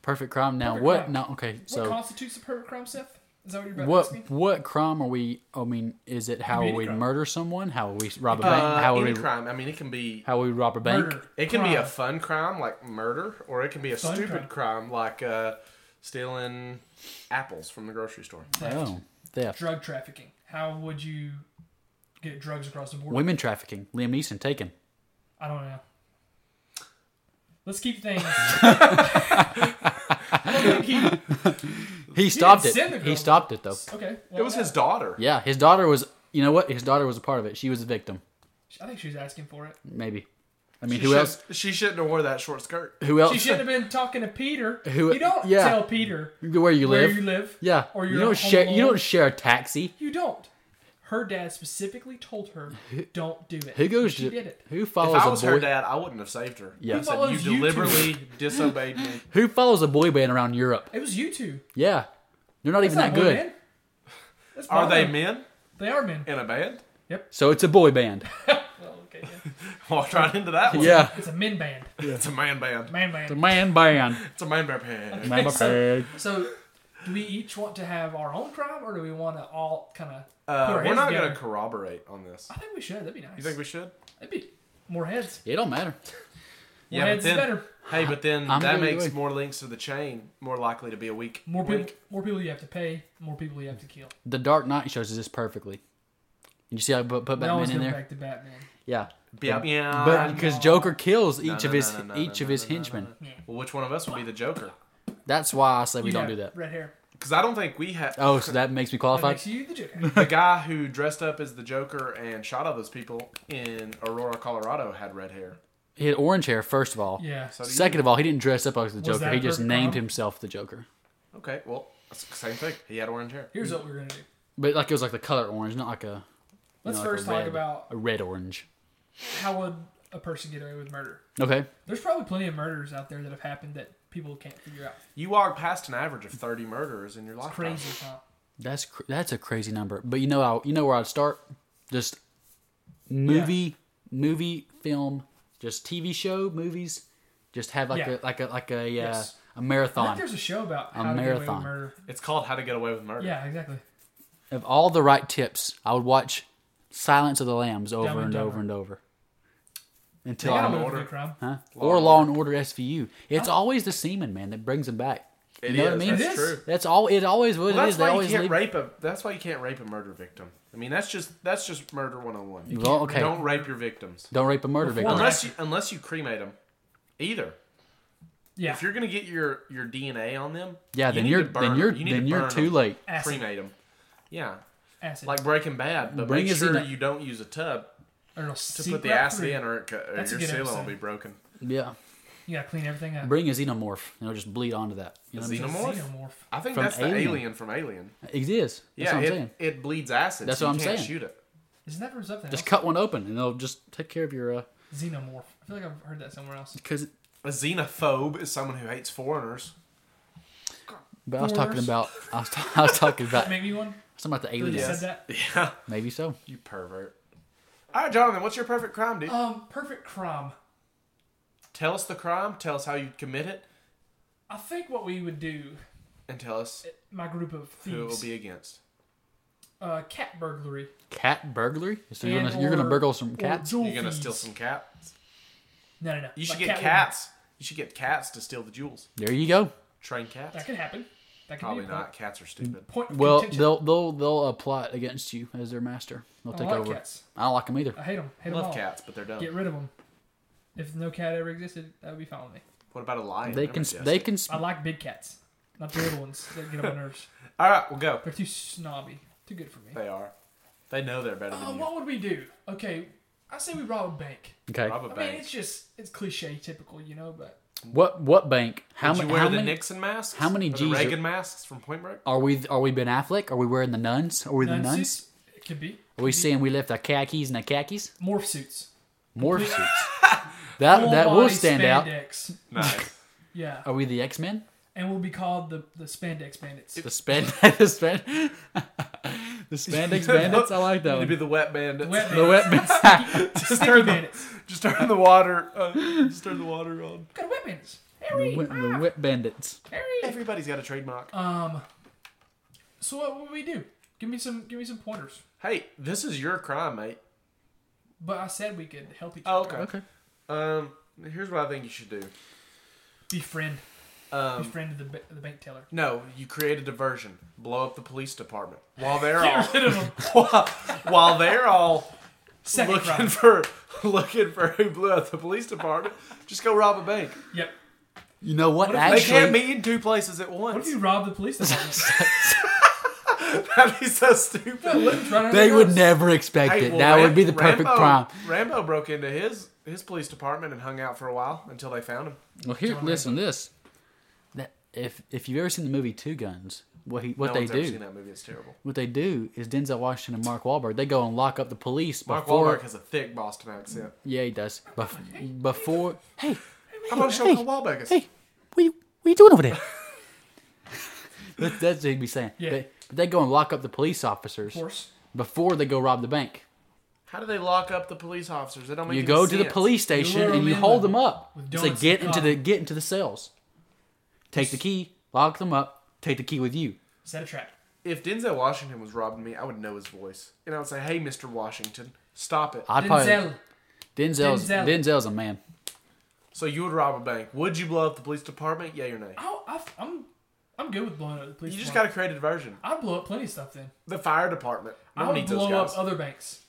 S4: Perfect crime. Now
S3: Perfect
S4: what?
S3: crime.
S4: No, okay.
S3: What
S4: So
S3: constitutes a perfect crime, Seth? Is that what you're about
S4: what
S3: to ask me?
S4: what crime are we? I mean, is it how
S3: Community
S4: we
S3: crime.
S4: murder someone? How we rob a bank?
S2: Uh,
S4: how
S2: any
S4: we
S2: crime. I mean, it can be.
S4: how we rob a bank?
S3: Murder.
S2: It can be a
S3: crime.
S2: fun crime like murder, or it can be a
S3: Fun
S2: stupid crime, like uh, stealing apples from the grocery store.
S3: theft,
S4: Oh, theft.
S3: drug trafficking. How would you get drugs across the border?
S4: Women trafficking. Liam Neeson taken.
S3: I don't know. Let's keep things.
S4: He stopped
S3: didn't send the
S4: it. He
S3: girl.
S4: stopped it though.
S3: okay.
S2: It was his daughter.
S4: Yeah, his daughter was. You know what? His daughter was a part of it. She was a victim.
S3: I think she was asking for it.
S4: Maybe. I mean,
S2: She
S4: who
S2: should-
S4: else?
S2: She shouldn't have wore that short skirt.
S4: Who else?
S3: She shouldn't have been talking to Peter.
S4: Oh, Who-
S3: you don't
S4: yeah.
S3: tell Peter
S4: Where you
S3: where
S4: live?
S3: you live.
S4: Yeah.
S3: Or
S4: you
S3: you're
S4: don't
S3: at home
S4: share. You
S3: alone.
S4: don't share a taxi.
S3: You don't. Her dad specifically told her, "Don't do it."
S4: Who goes?
S3: She
S4: to-
S3: did it.
S4: Who
S2: If
S4: follows
S2: I was
S4: a
S2: her
S4: boy?
S2: dad, I wouldn't have saved her.
S4: Yeah.
S2: I said,
S3: follows
S2: you
S3: you two?"
S2: deliberately disobeyed me.
S4: Who follows a boy band around Europe?
S3: It was you two.
S4: Yeah, they're not
S3: That's
S4: even
S3: not
S4: that
S3: boy
S4: good.
S3: band. That's
S2: Are they
S3: Bob.
S2: men
S3: They are men.
S2: in a band?
S4: So it's a boy band.
S3: Well, okay, yeah.
S2: Walked right into that one.
S4: yeah,
S3: It's a men band.
S2: It's a man band.
S3: Man band.
S4: the man band.
S2: It's a man band.
S4: Man
S3: So-
S4: band.
S3: So, do we each want to have our own crime, or do we want to all kind of?
S2: Uh, we're not going
S3: together?
S2: to corroborate on this.
S3: I think we should. That'd be nice.
S2: You think we should?
S3: That'd be more heads.
S4: It don't matter.
S3: More heads is better.
S2: hey, but then
S4: I'm
S2: that
S4: good
S2: makes
S4: with-
S2: more links to the chain, more likely to be a weak
S3: More
S2: link.
S3: people. More people you have to pay. More people you have to kill.
S4: The Dark Knight shows us this perfectly. You see, how I put, put
S3: They always
S4: Batman in
S3: go
S4: there.
S3: back to Batman.
S4: Yeah,
S2: Yeah, yeah.
S4: but because Joker kills
S2: No,
S4: each
S2: no,
S4: of his
S2: no, no, no,
S4: each
S2: no,
S4: of
S2: no,
S4: his
S2: no, no,
S4: henchmen.
S2: no. Well, which one of us will be the Joker?
S4: That's why I say we
S3: You
S4: don't
S3: have
S4: do that.
S3: Red hair.
S2: Because I don't think we have
S4: Oh, so that makes me
S3: That
S4: qualified.
S3: makes you the Joker.
S2: the guy who dressed up as the Joker and shot all those people in Aurora, Colorado, had red hair.
S4: He had orange hair, first of all.
S3: yeah.
S2: So do you.
S4: Second of all, he didn't dress up as the
S3: Was
S4: Joker.
S3: that
S4: He just
S3: perfect
S4: named
S3: crime?
S4: himself the Joker.
S2: Okay, well, that's the same thing. He had orange hair.
S3: Here's what we're gonna do.
S4: But like it was like the color orange, not like a
S3: Let's
S4: know, like a
S3: first talk
S4: red.
S3: about
S4: a red orange.
S3: how would a person get away with murder.
S4: Okay.
S3: There's probably plenty of murders out there that have happened that people can't figure out.
S2: You walk past an average of 30 murderers in your life.
S3: Crazy, huh?
S4: That's cr- that's a crazy number. But you know I you know where I'd start? Just movie movie film, just TV show, movies. Just have like
S3: Yeah.
S4: a like a like a
S3: Yes.
S4: uh, a
S3: I think
S4: marathon
S3: there's a show about how to get away
S4: marathon.
S3: with murder.
S2: It's called How to Get Away with Murder.
S3: Yeah, exactly.
S4: of all the right tips. I would watch Silence of the Lambs over
S3: Dumb
S4: and,
S3: and
S4: over
S3: Dumber.
S4: and over
S3: They
S4: until
S3: got
S4: I'm
S2: and
S3: away with
S2: Order.
S3: a crime.
S4: Huh?
S2: Law
S4: or
S2: and
S4: Law and Order SVU. It's always the semen man that brings them back.
S2: It
S4: You know what I
S2: is,
S4: mean?
S2: That's
S3: It is.
S2: true.
S4: That's all. It always what
S2: Well,
S4: it
S2: that's
S4: is. They
S2: why you
S4: always
S2: can't
S4: leave.
S2: rape a. That's why you can't rape a murder victim. I mean, that's just that's just murder 101.
S4: Well, okay. Don't,
S2: Don't rape your victims
S4: rape a murder victim.
S2: unless you unless you cremate them. Either
S3: Yeah,
S2: if you're gonna get your your DNA on them,
S4: Yeah,
S2: you
S4: then
S2: need
S4: you're
S2: to burn
S4: then
S2: 'em.
S4: you're
S2: You need
S4: then
S2: to
S4: you're
S2: burn
S4: too
S2: 'em.
S4: late.
S3: acid.
S2: Cremate them. Yeah,
S3: acid.
S2: like Breaking Bad, but
S4: Bring
S2: make
S4: us in
S2: sure
S4: a-
S2: you don't use a tub
S3: I don't know,
S2: to put the acid in, or, it, co- or
S3: That's a
S2: your
S3: good
S2: ceiling will
S3: episode.
S2: be broken.
S4: Yeah.
S3: You gotta clean everything up.
S4: Bring a xenomorph and it'll just bleed onto that. You know
S2: A
S4: what I'm saying?
S2: xenomorph?
S3: Xenomorph.
S2: I think
S4: From
S2: that's the
S4: Alien.
S2: alien from Alien.
S4: It is. That's
S2: yeah,
S4: what I'm
S2: it,
S4: saying.
S2: it bleeds acid.
S4: That's
S2: so
S4: what
S2: you
S4: I'm
S2: can't
S4: saying.
S2: Shoot it.
S3: Isn't that from something
S4: Just
S3: else?
S4: cut one open and it'll just take care of your. Uh,
S3: Xenomorph. I feel like I've heard that somewhere else.
S4: Cause,
S2: A xenophobe is someone who hates foreigners.
S4: but I was talking
S3: Foreigners.
S4: about. I was, ta- I was talking about. I was
S3: Maybe one
S4: talking about the
S3: who
S4: aliens.
S2: Yes.
S3: said that.
S2: Yeah,
S4: Maybe so.
S2: you pervert. All right, Jonathan, what's your perfect crime, dude?
S3: Um, perfect crime.
S2: tell us the crime, tell us how you commit it,
S3: I think what we would do,
S2: and tell us
S3: my group of
S2: who it will
S3: thieves,
S2: be against.
S3: uh, cat burglary.
S4: Cat burglary. So you're
S3: and
S4: gonna you're gonna
S3: or-
S4: burgle some
S3: or
S4: cats.
S3: jewel
S2: You're gonna
S3: thieves.
S2: steal some cats.
S3: No, no, no.
S2: You should
S3: Like
S2: get
S3: Catwoman.
S2: cats. You should get cats to steal the jewels.
S4: There you go.
S2: Train cats.
S3: That could happen. That could
S2: Probably
S3: be a point-
S2: not. Cats are stupid.
S3: Point of
S4: Well,
S3: contention.
S4: they'll they'll they'll uh, plot against you as their master. They'll
S3: I
S4: take
S3: like
S4: over.
S3: cats.
S4: I don't like them either.
S3: I hate them. Hate
S2: I
S3: them
S2: love
S3: all.
S2: cats, but they're dumb.
S3: Get rid of them. If no cat ever existed, that would be fine with me.
S2: What about a lion?
S4: They
S2: They're
S4: can
S2: majestic.
S4: they can sp-
S3: I like big cats, not the little ones that get on my nerves.
S2: All right, we'll go.
S3: They're too snobby. Too good for me.
S2: They are. They know they're better
S3: Uh,
S2: than
S3: what would we do? Okay, I say we rob a bank.
S2: you.
S4: okay.
S2: Rob a
S3: I
S2: bank.
S3: mean, it's just it's cliche, typical, you know. But
S4: What what bank? How,
S2: Did
S4: ma-
S2: you wear
S4: how
S2: the
S4: many
S2: Nixon masks?
S4: how many
S2: Or
S4: Gs
S2: The
S4: are-
S2: Reagan masks from Point Break?
S4: are we? Are we Ben Affleck? Are we wearing the nuns? Are we the
S3: Nun
S4: nuns?
S3: suits? It could be
S4: Are we saying we left our khakis and our khakis?
S3: morph suits.
S4: Morph suits. That that will
S3: Full-body
S4: stand out.
S3: spandex.
S2: Nice.
S3: Yeah,
S4: Are we the X Men?
S3: and we'll be called the the spandex bandits.
S4: The span the span the spandex bandits. I like that
S2: Need to be
S4: one.
S2: the wet bandits.
S3: Wet
S4: The wet bandits.
S2: just,
S3: Sticky
S2: turn the,
S3: bandits.
S2: just turn the water. Uh, just turn the water on.
S3: Got wet bandits.
S4: the,
S3: Harry,
S4: wet, the
S3: ah,
S4: wet bandits.
S3: Harry.
S2: Everybody's got a trademark.
S3: Um. So what would we do? Give me some. Give me some pointers.
S2: hey, this is your crime, mate.
S3: But I said we could help each
S2: Oh,
S3: other.
S2: okay.
S4: Okay.
S2: Um, here's what I think you should do.
S3: Befriend.
S2: Um,
S3: Befriend the ba- the bank teller.
S2: no, you create a diversion. Blow up the police department while they're all
S3: Get rid of him.
S2: while they're all
S3: Second
S2: looking
S3: crime.
S2: for looking for who blew up the police department. Just go rob a bank.
S3: Yep.
S4: You know what?
S3: if
S2: They can't
S4: Actually,
S2: meet in two places at
S3: What if
S2: once.
S3: you rob the police department?
S2: That'd be so stupid.
S4: they would never expect
S2: Hey,
S4: it.
S2: well,
S4: that
S2: Ram-
S4: would be the perfect
S2: Rambo,
S4: crime.
S2: Rambo broke into his his police department and hung out for a while until they found him.
S4: Well, here, listen, to this. That if if you've ever seen the movie Two Guns, what he what
S2: no
S4: they
S2: one's
S4: do,
S2: ever seen that movie. It's terrible.
S4: what they do is Denzel Washington and Mark Wahlberg, they go and lock up the police
S2: Mark
S4: before.
S2: Wahlberg has a thick Boston accent.
S4: yeah, he does. Bef- before, hey,
S2: I'm gonna show
S4: hey,
S2: how Wahlberg is.
S4: hey, what you, what you doing over there? that, that's what he'd be saying.
S3: Yeah.
S4: But, but they go and lock up the police officers
S3: Force.
S4: before they go rob the bank.
S2: How do they lock up the police officers? They don't make
S4: You
S2: any
S4: go to the
S2: sense.
S4: police station
S3: lure
S4: and
S3: 'em
S4: you
S3: in
S4: hold
S3: with-
S4: them up.
S3: with
S4: Say,
S3: donuts
S4: get
S3: and
S4: into
S3: coffee."
S4: the get into the cells. Take the key, lock them up, take the key with you.
S3: Set a trap.
S2: If Denzel Washington was robbing me, I would know his voice, and I would say, "Hey, Mr. Washington, stop it."
S4: I'd probably
S3: Denzel.
S4: Denzel's
S3: Denzel.
S4: Denzel's a man.
S2: So you would rob a bank? Would you blow up the police department? Yeah or nay?
S3: I'll, I, I'm I'm good with blowing up the police.
S2: You just gotta
S3: department.
S2: create a diversion.
S3: I'd blow up plenty of stuff then.
S2: The fire department. No
S3: I
S2: one
S3: would
S2: needs those
S3: blow
S2: guys.
S3: up other banks.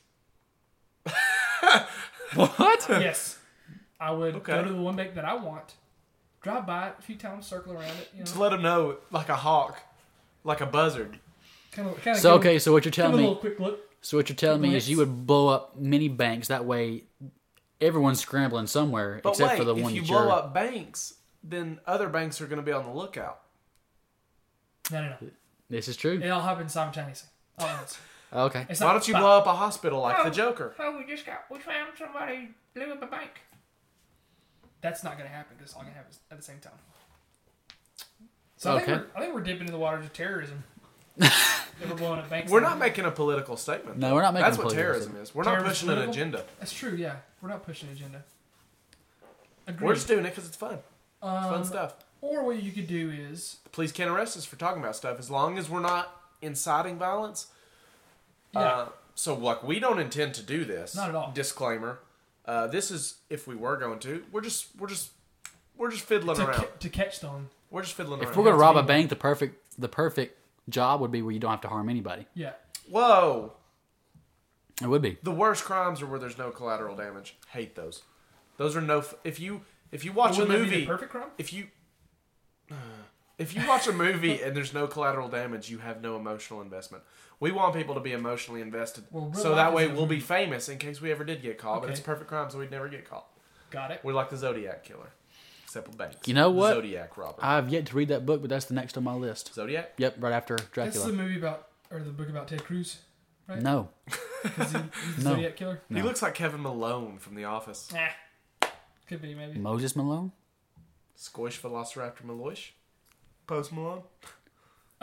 S4: What?
S3: yes. I would
S2: Okay.
S3: go to the one bank that I want, drive by it a few times, circle around it. You
S2: Just
S3: know,
S2: let them know, like a hawk, like a buzzard.
S3: kind of, kind of
S4: So okay, so what you're
S3: give it a
S4: telling
S3: little
S4: me?
S3: quick look.
S4: So what you're telling me is
S3: glance.
S4: you would blow up many banks. That way, everyone's scrambling somewhere
S2: But
S4: except
S2: wait,
S4: for the
S2: if
S4: one
S2: you
S4: that
S2: blow
S4: you're.
S2: up banks, then other banks are going to be on the lookout.
S3: No, no, no.
S4: This is true.
S3: It all happened simultaneously. All at once.
S4: Okay.
S3: It's
S2: Why
S3: not-
S2: don't you
S3: but-
S2: blow up a hospital like the Joker?
S3: Oh, we just got, we found somebody blew up a bank. That's not going to happen because it's all going to happen at the same time. So I, think
S4: Okay.
S3: we're, I think we're dipping in the waters of terrorism. if we're blowing up banks.
S2: We're not making a political statement.
S4: No, we're not making
S2: That's
S4: a
S2: what
S4: political
S2: terrorism
S4: statement.
S2: is. We're not
S3: Terrorism
S2: pushing an
S3: political?
S2: agenda.
S3: That's true, yeah. We're not pushing agenda. Agreed.
S2: We're just doing it because it's fun. It's
S3: Uh,
S2: fun stuff.
S3: or what you could do is
S2: The police can't arrest us for talking about stuff as long as we're not inciting violence.
S3: yeah,
S2: Uh, so, like, we don't intend to do this.
S3: Not at all.
S2: Disclaimer. Uh, this is if we were going to. We're just, we're just, we're just fiddling
S3: to,
S2: around.
S3: ca- to catch them.
S2: We're just fiddling
S4: If
S2: around.
S4: we're gonna rob a
S3: Yeah.
S4: bank, the perfect the perfect job would be where you don't have to harm anybody.
S3: Yeah.
S2: Whoa!
S4: It would be.
S2: The worst crimes are where there's no collateral damage. Hate those. Those are no. F- if you if you watch a
S3: Wouldn't that be the
S2: movie,
S3: perfect crime?
S2: if you if you watch a movie and there's no collateral damage, you have no emotional investment. We want people to be emotionally invested,
S3: Well, real
S2: so
S3: life
S2: that
S3: is
S2: way
S3: a
S2: we'll be famous in case we ever did get caught. But
S3: Okay.
S2: it's a perfect crime, so we'd never get caught.
S3: Got it.
S2: We're like the Zodiac killer. except with Banks.
S4: You know what?
S2: Zodiac robber.
S4: I've yet to read that book, but that's the next on my list.
S2: Zodiac.
S4: Yep, right after
S3: That's the
S4: Dracula.
S3: movie about or the book about Ted Cruz, right?
S4: No,
S3: Because he, he's the
S4: No.
S3: Zodiac killer.
S2: He looks like Kevin Malone from The Office.
S3: Nah. Could be maybe.
S4: Moses Malone.
S2: Squish Velociraptor Maloish. Post Malone.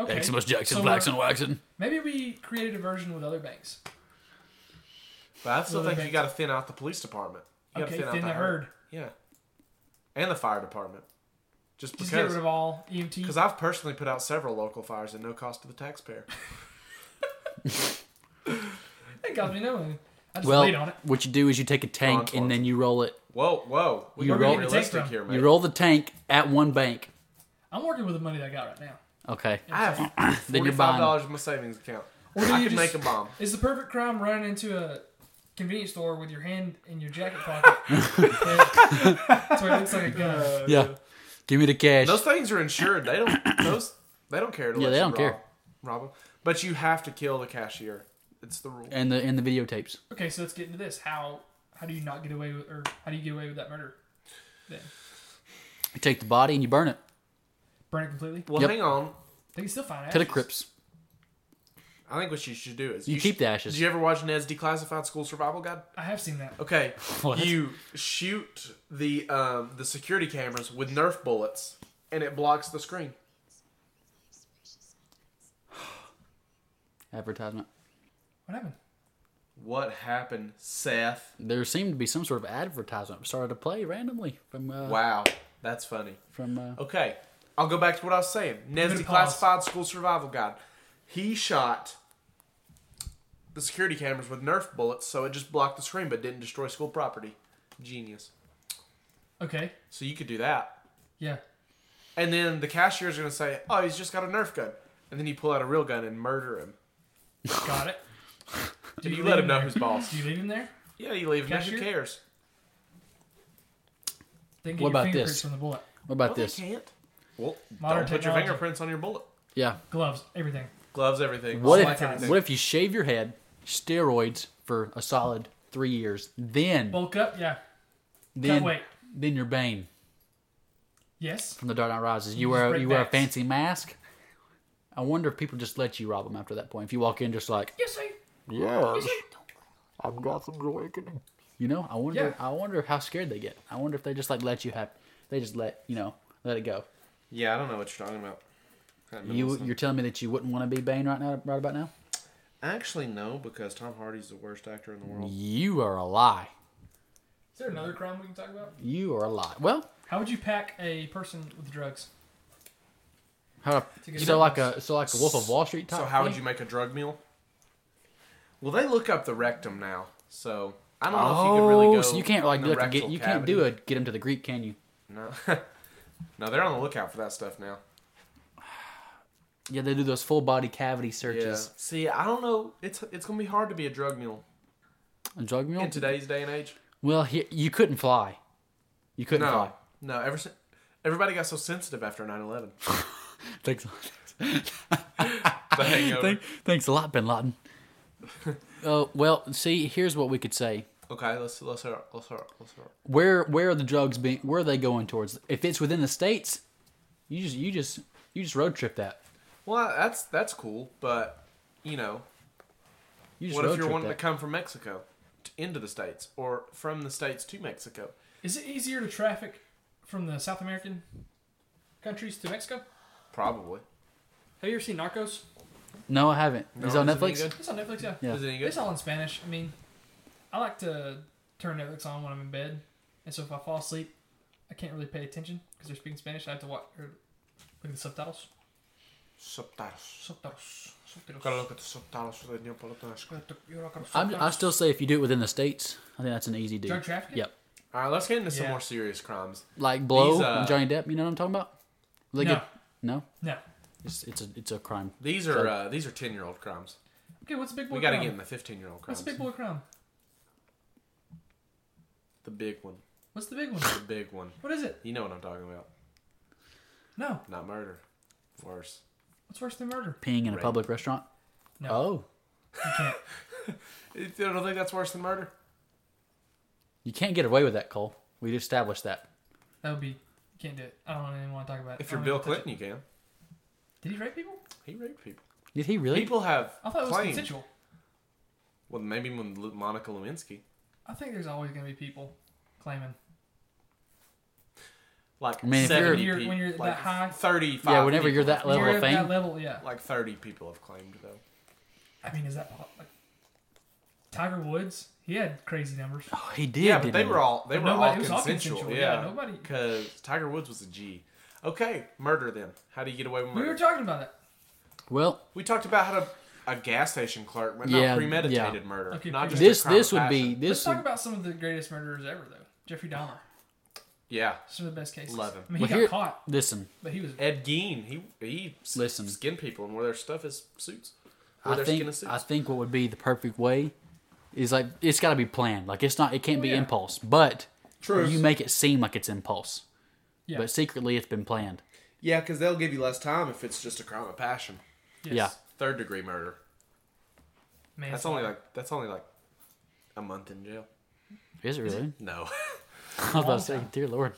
S3: Okay.
S4: Jackson,
S3: So Blacks and
S4: Waxon.
S3: Maybe we created a version with other banks.
S2: But I still
S3: Really
S2: think you
S3: bad.
S2: got to thin out the police department. You
S3: okay,
S2: gotta
S3: thin the herd.
S2: Yeah. And the fire department. Just
S3: Just get
S2: because.
S3: rid of all E EMT.
S2: Because I've personally put out several local fires at no cost to the taxpayer.
S3: That got me no money. I just laid on
S4: Well,
S3: it.
S4: what you do is you take a tank
S2: Encore.
S4: and then you roll it.
S2: Whoa, whoa. We
S4: You
S2: are
S4: roll-
S2: being realistic here, man.
S4: You roll the tank at one bank.
S3: I'm working with the money that I got right now.
S4: Okay.
S2: I have
S4: Then you're
S2: forty five dollars in my savings account.
S3: Or do
S2: I
S3: you
S2: could
S3: just-
S2: make a bomb.
S3: Is the perfect crime running into a convenience store with your hand in your jacket pocket? Yeah. so it looks like a gun.
S2: Uh.
S4: Yeah. Give me the cash.
S2: Those things are insured. They don't. Those they don't care. To
S4: Yeah,
S2: let
S4: they
S2: you
S4: don't care.
S2: Rob them, but you have to kill the cashier. It's the rule.
S4: and the and the videotapes.
S3: Okay, so let's get into this. How how do you not get away with, or how do you get away with that murder? Then
S4: You take the body and you burn it
S3: burn it completely.
S2: Well,
S4: Yep.
S2: hang on.
S3: They can still find ashes.
S4: to the crypts.
S2: I think what you should do is
S4: You keep
S2: should-
S4: the ashes.
S2: Did you ever watch Ned's Declassified School Survival Guide?
S3: I have seen that.
S2: Okay,
S4: What?
S2: you shoot the um, the security cameras with Nerf bullets, and it blocks the screen.
S4: Advertisement.
S3: What happened?
S2: What happened, Seth?
S4: There seemed to be some sort of advertisement started to play randomly from
S3: Uh-huh.
S4: uh,
S2: Wow, that's funny.
S4: from. Uh,
S2: Okay, I'll go back to what I was saying. Ned's
S3: Give it a pause.
S2: Declassified School Survival Guide. He shot the security cameras with Nerf bullets, so it just blocked the screen but didn't destroy school property. Genius.
S3: Okay,
S2: So you could do that.
S3: yeah.
S2: And then the cashier's going to say, oh, he's just got a Nerf gun. And then you pull out a real gun and murder him.
S3: Got it. Do
S2: you
S3: leave
S2: let him know
S3: there?
S2: who's boss.
S3: Do you leave him there?
S2: Yeah, you leave him. Who
S3: Cashier?
S2: cares?
S3: Then get
S4: What
S3: your
S4: about
S3: fingerprints
S4: this?
S3: from the bullet,
S4: what about
S2: Well, they
S4: this?
S2: can't. Well,
S3: Modern
S2: don't put your
S3: technology.
S2: fingerprints on your bullet.
S4: Yeah.
S3: gloves, everything.
S2: Gloves, everything.
S4: What
S2: All that
S4: if
S2: kind of thing.
S4: what if you shave your head, steroids for a solid three years, then
S3: Bulk up, yeah.
S4: then
S3: wait.
S4: then you're Bane
S3: Yes.
S4: from The Dark Knight Rises. You
S3: just
S4: wear
S3: break
S4: you wear a
S3: backs.
S4: fancy mask. I wonder if people just let you rob them after that point. If you walk in just like,
S3: Yes, I.
S4: yes, I've got some awakening. You know, I wonder.
S3: Yeah.
S4: I wonder how scared they get. I wonder if they just like let you have. They just let you know, let it go.
S2: Yeah, I don't know what you're talking about. I haven't been
S4: You
S2: listening.
S4: you're telling me that you wouldn't want to be Bane right now, right about now?
S2: Actually, no, because Tom Hardy's the worst actor in the world.
S4: You are a lie.
S3: Is there another crime we can talk about?
S4: You are a lie. Well,
S3: How would you pack a person with drugs?
S4: how
S3: To get
S4: so
S3: it.
S4: like a so like a Wolf of Wall Street type.
S2: So how would
S4: thing?
S2: you make a drug meal? Well, they look up the rectum now, so I don't know
S4: Oh,
S2: if you could really go.
S4: so you can't like
S2: in
S4: do
S2: the
S4: like a get
S2: rectal
S4: you can't do
S2: cavity.
S4: a get him to the Greek, can you?
S2: No, no, they're on the lookout for that stuff now.
S4: Yeah, they do those full body cavity
S2: Yeah.
S4: searches.
S2: See, I don't know. It's it's gonna be hard to be a drug mule
S4: A drug mule.
S2: in today's day and age.
S4: well, he, you couldn't fly. You couldn't fly.
S2: No, no. Ever si- everybody got so sensitive after 9-11.
S4: Thanks.
S2: The hangover.
S4: Thank- thanks a lot, Bin Laden. uh, well, see, here's what we could say.
S2: Okay, let's let's hear. it, Let's hear. it, Let's hear. it.
S4: Where where are the drugs being? Where are they going towards? If it's within the states, you just you just you just road trip that.
S2: Well, that's that's cool, but you know,
S4: You just
S2: What
S4: road
S2: if you're
S4: trip
S2: wanting
S4: that.
S2: to come from Mexico to, into the states, or from the states to Mexico?
S3: Is it easier to traffic from the South American countries to Mexico?
S2: Probably.
S3: Have you ever seen Narcos?
S4: No, I haven't.
S2: No,
S4: Is it on
S2: is it any
S4: Netflix?
S2: good?
S3: It's on Netflix, yeah.
S4: Yeah.
S2: Is it any good?
S3: It's all in Spanish. I mean, I like to turn Netflix on when I'm in bed, and so if I fall asleep, I can't really pay attention because they're speaking Spanish. I have to watch or look at the subtitles.
S2: Subtitles.
S3: Subtitles. Subtitles.
S2: Gotta look at the subtitles for the new All
S4: I'm, I still say if you do it within the states, I think that's an easy do.
S3: Drug trafficking?
S4: Yep.
S2: right, let's get into some
S3: Yeah.
S2: more serious crimes.
S4: Like Blow
S2: These, uh,
S4: and Johnny Depp. You know what I'm talking about? Like
S3: No.
S4: it- no.
S3: No.
S4: It's it's a it's a crime.
S2: These are uh, these are ten year old crimes.
S3: Okay, what's a big boy
S2: We gotta
S3: crime?
S2: get in the fifteen year old crimes.
S3: What's a big boy crime?
S2: The big one.
S3: What's the big one?
S2: The big one.
S3: What is it?
S2: You know what I'm talking about.
S3: No.
S2: Not murder. Worse.
S3: What's worse than murder?
S4: Peeing in a
S2: Rape.
S4: public restaurant.
S3: No.
S4: Oh,
S3: You can't.
S2: You don't think that's worse than murder?
S4: you can't get away with that, Cole. We've established that.
S3: That would be Can't do it. I don't even want to talk about Uh, it.
S2: If
S3: I
S2: you're
S3: don't
S2: Bill
S3: even touch
S2: Clinton, you can.
S3: it. Did he rape people?
S2: He raped people.
S4: Did he really?
S2: People have
S3: I thought it was
S2: claimed-
S3: consensual.
S2: Well, maybe when Lu- Monica Lewinsky,
S3: I think there's always going to be people claiming.
S2: like
S4: I mean, if you're-
S2: seventy,
S3: When you're-
S2: peop-
S3: when you're
S2: like
S3: that high-
S2: thirty-five.
S4: yeah, whenever you're
S2: people
S4: that
S2: have-
S4: level
S3: You're
S4: of
S3: at
S4: fame.
S3: that level, yeah.
S2: like thirty people have claimed though.
S3: I mean, is that po- like Tiger Woods? He had crazy numbers.
S4: Oh, he did.
S2: Yeah, but they
S4: didn't he?
S2: were all they
S3: But
S2: were
S3: nobody-
S2: all
S3: it was all
S2: consensual.
S3: consensual, yeah,
S2: Yeah,
S3: nobody-
S2: because Tiger Woods was a G. Okay, murder then. How do you get away with
S3: We
S2: murder?
S3: were talking about that.
S4: Well,
S2: We talked about how to, a gas station clerk, but
S4: Yeah,
S2: not premeditated
S4: yeah.
S2: murder.
S3: Okay,
S2: not just a
S4: this
S2: crime of
S4: this would be
S2: passion.
S4: this.
S3: Let's talk
S4: would-
S3: about some of the greatest murderers ever, though. Jeffrey Dahmer,
S2: yeah.
S3: some of the best cases.
S2: Love him.
S3: I mean, he
S4: well,
S3: got
S4: here-
S3: caught,
S4: Listen,
S3: but he was.
S2: Ed Gein, he he s-
S4: Listen.
S2: skinned people and wore their stuff as suits. Wore
S4: I
S2: their skin
S4: think
S2: as suits.
S4: I think what would be the perfect way is like it's got to be planned. Like it's not it
S2: Oh,
S4: can't be
S3: yeah.
S4: impulse, but
S2: True.
S4: you make it seem like it's impulse.
S3: Yeah.
S4: But secretly, it's been planned.
S2: yeah, because they'll give you less time if it's just a crime of passion.
S3: Yes.
S4: Yeah.
S2: Third degree murder.
S3: Man,
S2: That's only like that's only like a month in jail.
S4: Is it really?
S2: No.
S4: I was about to say, dear Lord.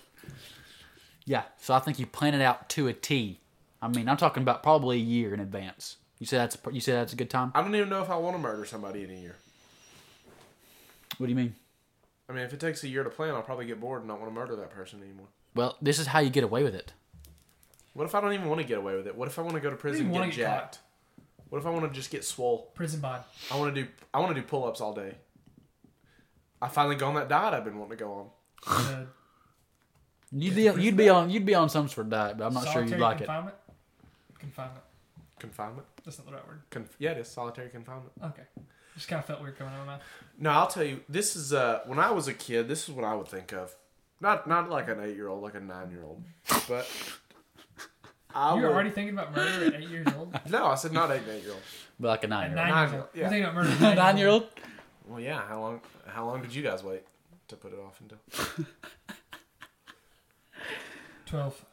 S4: Yeah, so I think you plan it out to a T. I mean, I'm talking about probably a year in advance. You say that's you say that's a good time.
S2: I don't even know if I want to murder somebody in a year.
S4: What do you mean?
S2: I mean, if it takes a year to plan, I'll probably get bored and not want to murder that person anymore.
S4: Well, this is how you get away with it.
S2: What if I don't even want to get away with it? What if I want to go to prison
S3: you
S2: and
S3: wanna
S2: get
S3: get caught?
S2: jacked? What if I want to just get swole?
S3: prison bod.
S2: I want to do I want to do pull-ups all day. I finally go on that diet I've been wanting to go on.
S3: The
S4: You'd be, you'd be on you'd be on some sort of diet, but I'm not sure you'd
S3: solitary
S4: like it.
S3: confinement? Confinement.
S2: Confinement.
S3: That's not the right word.
S2: Conf- yeah, it is solitary confignment.
S3: Okay. Just kind of felt weird coming out of my mouth.
S2: No, I'll tell you. This is uh, when I was a kid. This is what I would think of. Not not like an eight year old, like a nine year old. But I
S3: You're
S2: would-
S3: already thinking about murder at eight years old? At
S2: no. I said not eight eight year old.
S4: But like a nine year
S3: nine,
S2: Nine
S3: years
S2: year-
S3: old.
S2: yeah.
S3: You're thinking about murder at
S4: old.
S3: nine
S4: Nine year old.
S2: Well, yeah. How long? How long did you guys wait to put it off until?
S3: 12.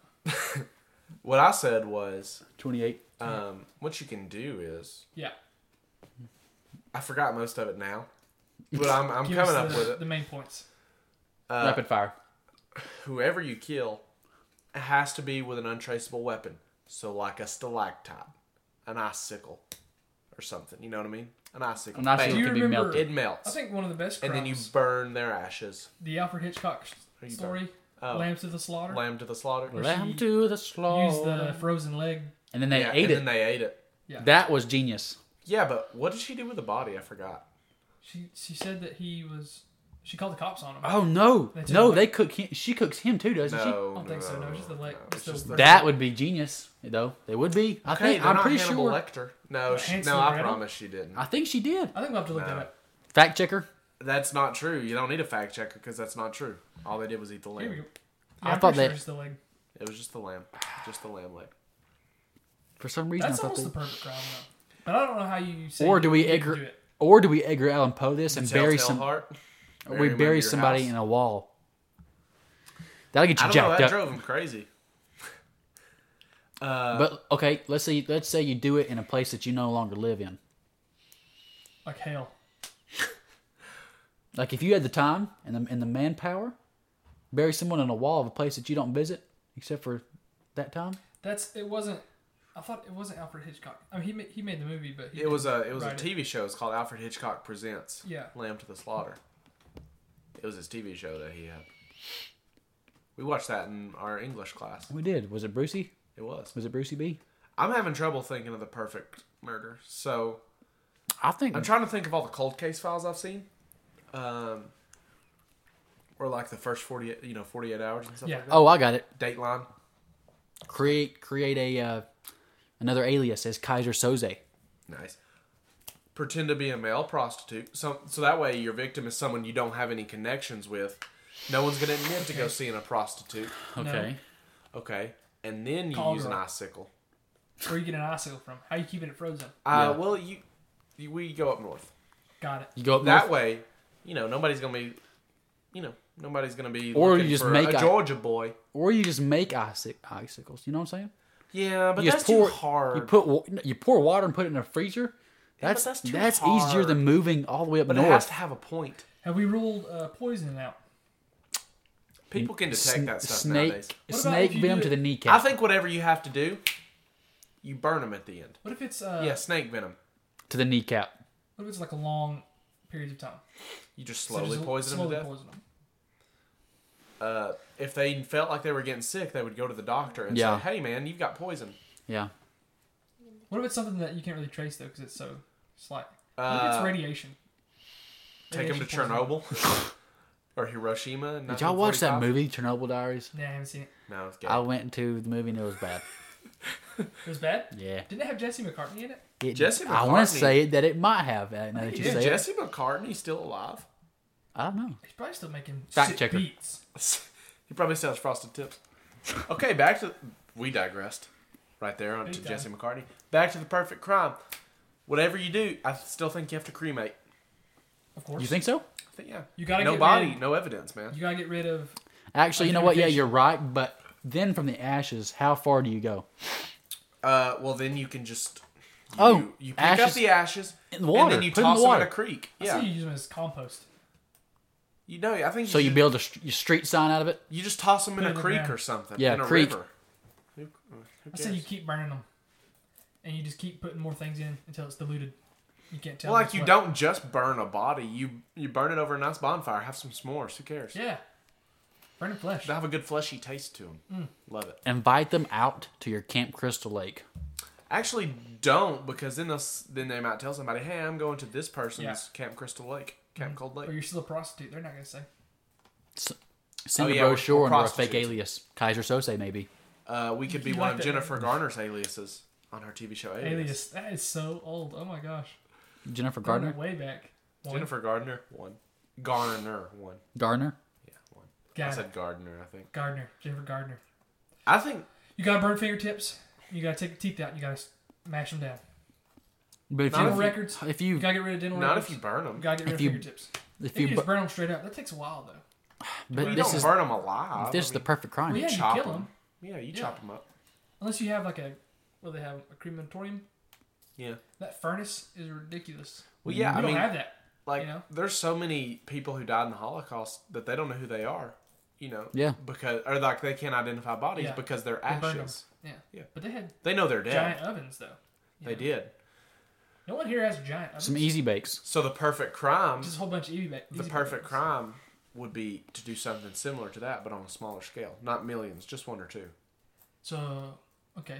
S2: What I said was,
S4: Twenty eight.
S2: um, what you can do is
S3: Yeah.
S2: I forgot most of it now, but I'm I'm
S3: Give us
S2: coming up
S3: the,
S2: with it.
S3: The main points.
S2: Uh,
S4: Rapid fire.
S2: whoever you kill has to be with an untraceable weapon. So like a stalactite, an icicle, or something. You know what I mean? An icicle.
S4: An icicle
S2: Bam.
S3: Do you
S4: can be
S3: remember-
S4: melted.
S2: It melts.
S3: I think one of the best
S2: and then
S3: crimes,
S2: you burn their ashes.
S3: the Alfred Hitchcock s-
S2: There you go.
S3: story,
S2: Oh.
S3: Lambs of the Slaughter,
S2: Lamb to the slaughter.
S3: Or
S4: Lamb
S3: she
S4: to the
S3: used the
S4: slaughter.
S3: frozen leg.
S4: And then they
S2: yeah,
S4: ate
S2: and
S4: it.
S2: then they ate it.
S3: Yeah.
S4: That was genius.
S2: Yeah, but what did she do with the body? I forgot.
S3: She she said that he was. She called the cops on him.
S4: Oh no,
S3: They took
S4: no,
S3: it.
S4: they cook. Him. She cooks him too, doesn't she?
S2: No,
S3: I don't
S2: no,
S3: think so, no,
S2: no,
S3: just the leg-
S2: no,
S3: just
S2: it's just
S3: the-
S2: the-
S4: That would be genius, though. They would be. I
S2: Okay,
S4: think.
S2: they're
S4: I'm
S2: not
S4: pretty
S2: Hannibal
S4: sure.
S2: Lecter. No, she,
S3: Hans
S2: no, I
S3: Loretta?
S2: promise she didn't.
S4: I think she did.
S3: I think we'll have to look
S2: No.
S3: that up.
S4: Fact checker.
S2: That's not true. You don't need a fact checker because that's not true. All they did was eat the
S3: Here we go.
S2: lamb.
S3: Yeah,
S4: I
S3: I'm
S4: thought
S3: pretty sure
S4: that-
S3: it's the leg.
S2: It was just the lamb, just the lamb leg.
S4: For some reason,
S3: That's
S4: I thought
S3: almost
S4: they.
S3: the perfect crime, though. But I don't know how you say
S4: Or do we
S3: you can
S4: Edgar?
S3: do it.
S4: Or do we Edgar Allan Poe this and bury
S2: Telltale
S4: some?
S2: heart.
S4: or
S2: Bury
S4: we
S2: him under
S4: bury
S2: your
S4: somebody
S2: house.
S4: in a wall. That'll get
S2: I
S4: you
S2: don't know.
S4: jacked
S2: That
S4: up.
S2: drove him crazy.
S4: but okay, let's say let's say you do it in a place that you no longer live in.
S3: Like hell.
S4: Like if you had the time and the and the manpower, bury someone in a wall of a place that you don't visit except for that time.
S3: That's it wasn't. I thought it wasn't Alfred Hitchcock. I mean, he ma- he made the movie, but he
S2: It was a it was
S3: Right.
S2: a TV show. It's called Alfred Hitchcock Presents.
S3: Yeah.
S2: Lamb to the Slaughter. It was his TV show that he had. We watched that in our English class.
S4: We did. Was it Brucey?
S2: It was.
S4: Was it Brucey B?
S2: I'm having trouble thinking of the perfect murder. So
S4: I think
S2: I'm trying to think of all the cold case files I've seen. Um, or like the first 48, you know, 48 hours and stuff
S3: Yeah.
S2: like that.
S4: Oh, I got it.
S2: Dateline.
S4: Create create a uh, another alias as Kaiser Soze.
S2: Nice. Pretend to be a male prostitute. So, so that way your victim is someone you don't have any connections with. No one's going to admit to go seeing a prostitute.
S3: Okay.
S2: Okay. And then you
S3: Call
S2: use an
S3: girl.
S2: icicle.
S3: where you get an icicle from. How you keeping it frozen?
S2: Uh,
S4: Yeah.
S2: Well, you, you we go up north.
S3: Got it.
S4: You go up
S2: That
S4: north-
S2: way, you know, nobody's going to be, you know, nobody's going to be
S4: Or
S2: looking
S4: you just
S2: for
S4: make
S2: a
S4: a-
S2: Georgia boy.
S4: or you just make ici- icicles. You know what I'm saying?
S2: Yeah, but
S4: you
S2: that's
S4: just pour
S2: too hard.
S4: you put wa- you pour water and put it in a freezer.
S2: Yeah, but
S4: That's
S2: that's too
S4: that's
S2: hard.
S4: easier than moving all the way up
S2: but it has
S4: north.
S2: to have a point.
S3: Have we ruled uh, poisoning out?
S2: People can detect
S4: Sn-
S2: that stuff
S4: snake
S2: nowadays.
S3: What about
S4: snake
S3: if you
S4: venom
S3: do
S4: to the
S3: it-
S2: I
S4: kneecap.
S2: think whatever you have to do, you burn them at the end.
S3: What if it's uh?
S2: Yeah, snake venom.
S4: to the kneecap.
S3: What if it's like a long period of time?
S2: You just
S3: So
S2: slowly
S3: just
S2: poison them to
S3: slowly
S2: death.
S3: poison them.
S2: Uh, if they felt like they were getting sick, they would go to the doctor and
S4: Yeah.
S2: say, "Hey, man, you've got poison."
S4: Yeah.
S3: What if it's something that you can't really trace though, because it's so slight? What if
S2: Uh,
S3: it's radiation?
S2: take them to
S3: Radiation poisoning.
S2: Chernobyl or Hiroshima. in
S4: Did y'all watch that
S2: 1945?
S4: movie, Chernobyl Diaries?
S3: Nah, I haven't seen it.
S2: No, it's gay.
S4: I went to the movie and it was bad.
S3: It was bad.
S4: Yeah.
S3: Didn't it have Jesse McCartney in it?
S4: It,
S2: Jesse
S4: I want
S2: McCartney-
S4: to say that it might have. uh, Now that you
S2: Is
S4: say it.
S2: Jesse McCartney still alive?
S4: I don't know.
S3: He's probably still making
S4: Fact
S3: shit
S4: checker.
S3: beats.
S2: he probably sells frosted tips. Okay, back to we digressed right there on to
S3: Anytime.
S2: Jesse McCartney. Back to the perfect crime. Whatever you do, I still think you have to cremate.
S3: Of course.
S4: You think so?
S2: I think yeah.
S3: You gotta
S2: no
S3: get
S2: body,
S3: rid-
S2: no evidence, man.
S3: You gotta get rid of.
S4: Actually, you know what? Yeah,
S3: Identification.
S4: you're right. But then from the ashes, how far do you go?
S2: Uh, well then you can just you,
S4: Oh,
S2: you pick up
S4: ashes-
S2: the ashes
S4: In the water.
S2: and then you
S4: Put 'em in
S2: toss
S4: the
S2: them
S4: water.
S2: in a creek.
S3: I
S2: Yeah,
S3: see
S2: you,
S3: you use them as compost.
S2: know. I think you
S4: So you
S2: should-
S4: build a st- your street sign out of it.
S2: you just toss them in
S3: Put
S2: a
S3: it in the
S2: creek
S3: ground.
S2: or something.
S4: Yeah,
S2: in a
S4: creek.
S2: river. Who- who
S3: I say
S2: cares?
S3: you keep burning them, and you just keep putting more things in until it's diluted. You can't tell.
S2: Well, like
S3: what's
S2: you
S3: what.
S2: don't just burn a body. You you burn it over a nice bonfire. Have some s'mores. Who cares?
S3: Yeah. Burning flesh.
S2: They have a good fleshy taste to them. Love it.
S4: Invite them out to your Camp Crystal Lake.
S2: Actually, don't because then they'll, s- then they might tell somebody, "Hey, I'm going to this person's
S3: Yeah. Mm.
S2: Camp Crystal Lake, Camp Cold
S3: Or
S2: Lake."
S3: you're still a prostitute. They're not gonna say.
S4: Send
S2: Oh,
S4: a
S2: yeah, we're-
S4: brochure
S2: we're
S4: under a fake
S2: prostitutes.
S4: alias, Kaiser Sose maybe.
S2: Uh, we could be
S3: You
S2: one
S3: like
S2: of
S3: that,
S2: Jennifer Garner's aliases on her TV show Alias.
S3: Alias. That is so old. Oh my gosh.
S4: Jennifer
S3: Going
S4: Gardner.
S3: Way back. One.
S2: Jennifer Gardner one, Garner one.
S4: Gardner.
S2: Yeah, one. I
S3: Got it.
S2: said Gardner. I think.
S3: Gardner. Jennifer Gardner.
S2: I think
S3: You gotta burn fingertips. You gotta take the teeth out. You gotta smash them down.
S4: But if
S2: Not
S4: you,
S3: Dental records.
S4: if you
S3: You gotta get rid of dental
S2: not
S3: records.
S2: if you burn
S3: You
S2: them.
S3: gotta get rid
S4: If
S3: of
S4: you-
S3: fingertips.
S4: if
S3: If you,
S4: you,
S3: just
S4: bu-
S3: burn them straight up, that takes a while though.
S2: You
S4: but
S2: don't
S4: this is
S2: burn them alive.
S4: this is
S2: I
S4: the
S2: mean,
S4: perfect crime.
S3: Well, yeah, you
S2: chop
S3: kill
S2: 'em.
S3: them.
S2: yeah, you
S3: yeah.
S2: chop them up.
S3: Unless you have like a, well, they have a crematorium.
S2: Yeah.
S3: That furnace is ridiculous.
S2: Well, yeah.
S3: We
S2: I
S3: don't
S2: mean,
S3: have that.
S2: like
S3: you know?
S2: there's so many people who died in the holocaust that they don't know who they are you know
S4: Yeah.
S2: because or like they can't identify bodies
S3: Yeah.
S2: because they're
S3: They burned 'em.
S2: ashes
S3: Yeah.
S2: Yeah.
S3: But they had
S2: they know they're dead
S3: giant ovens though. you
S2: they
S3: know?
S2: did
S3: No one here has giant ovens.
S4: Some easy bakes.
S2: so the perfect crime
S3: Just a whole bunch of easy, ba-
S2: the
S3: easy
S2: perfect
S3: buttons.
S2: crime would be to do something similar to that but on a smaller scale not millions just one or two
S3: So okay,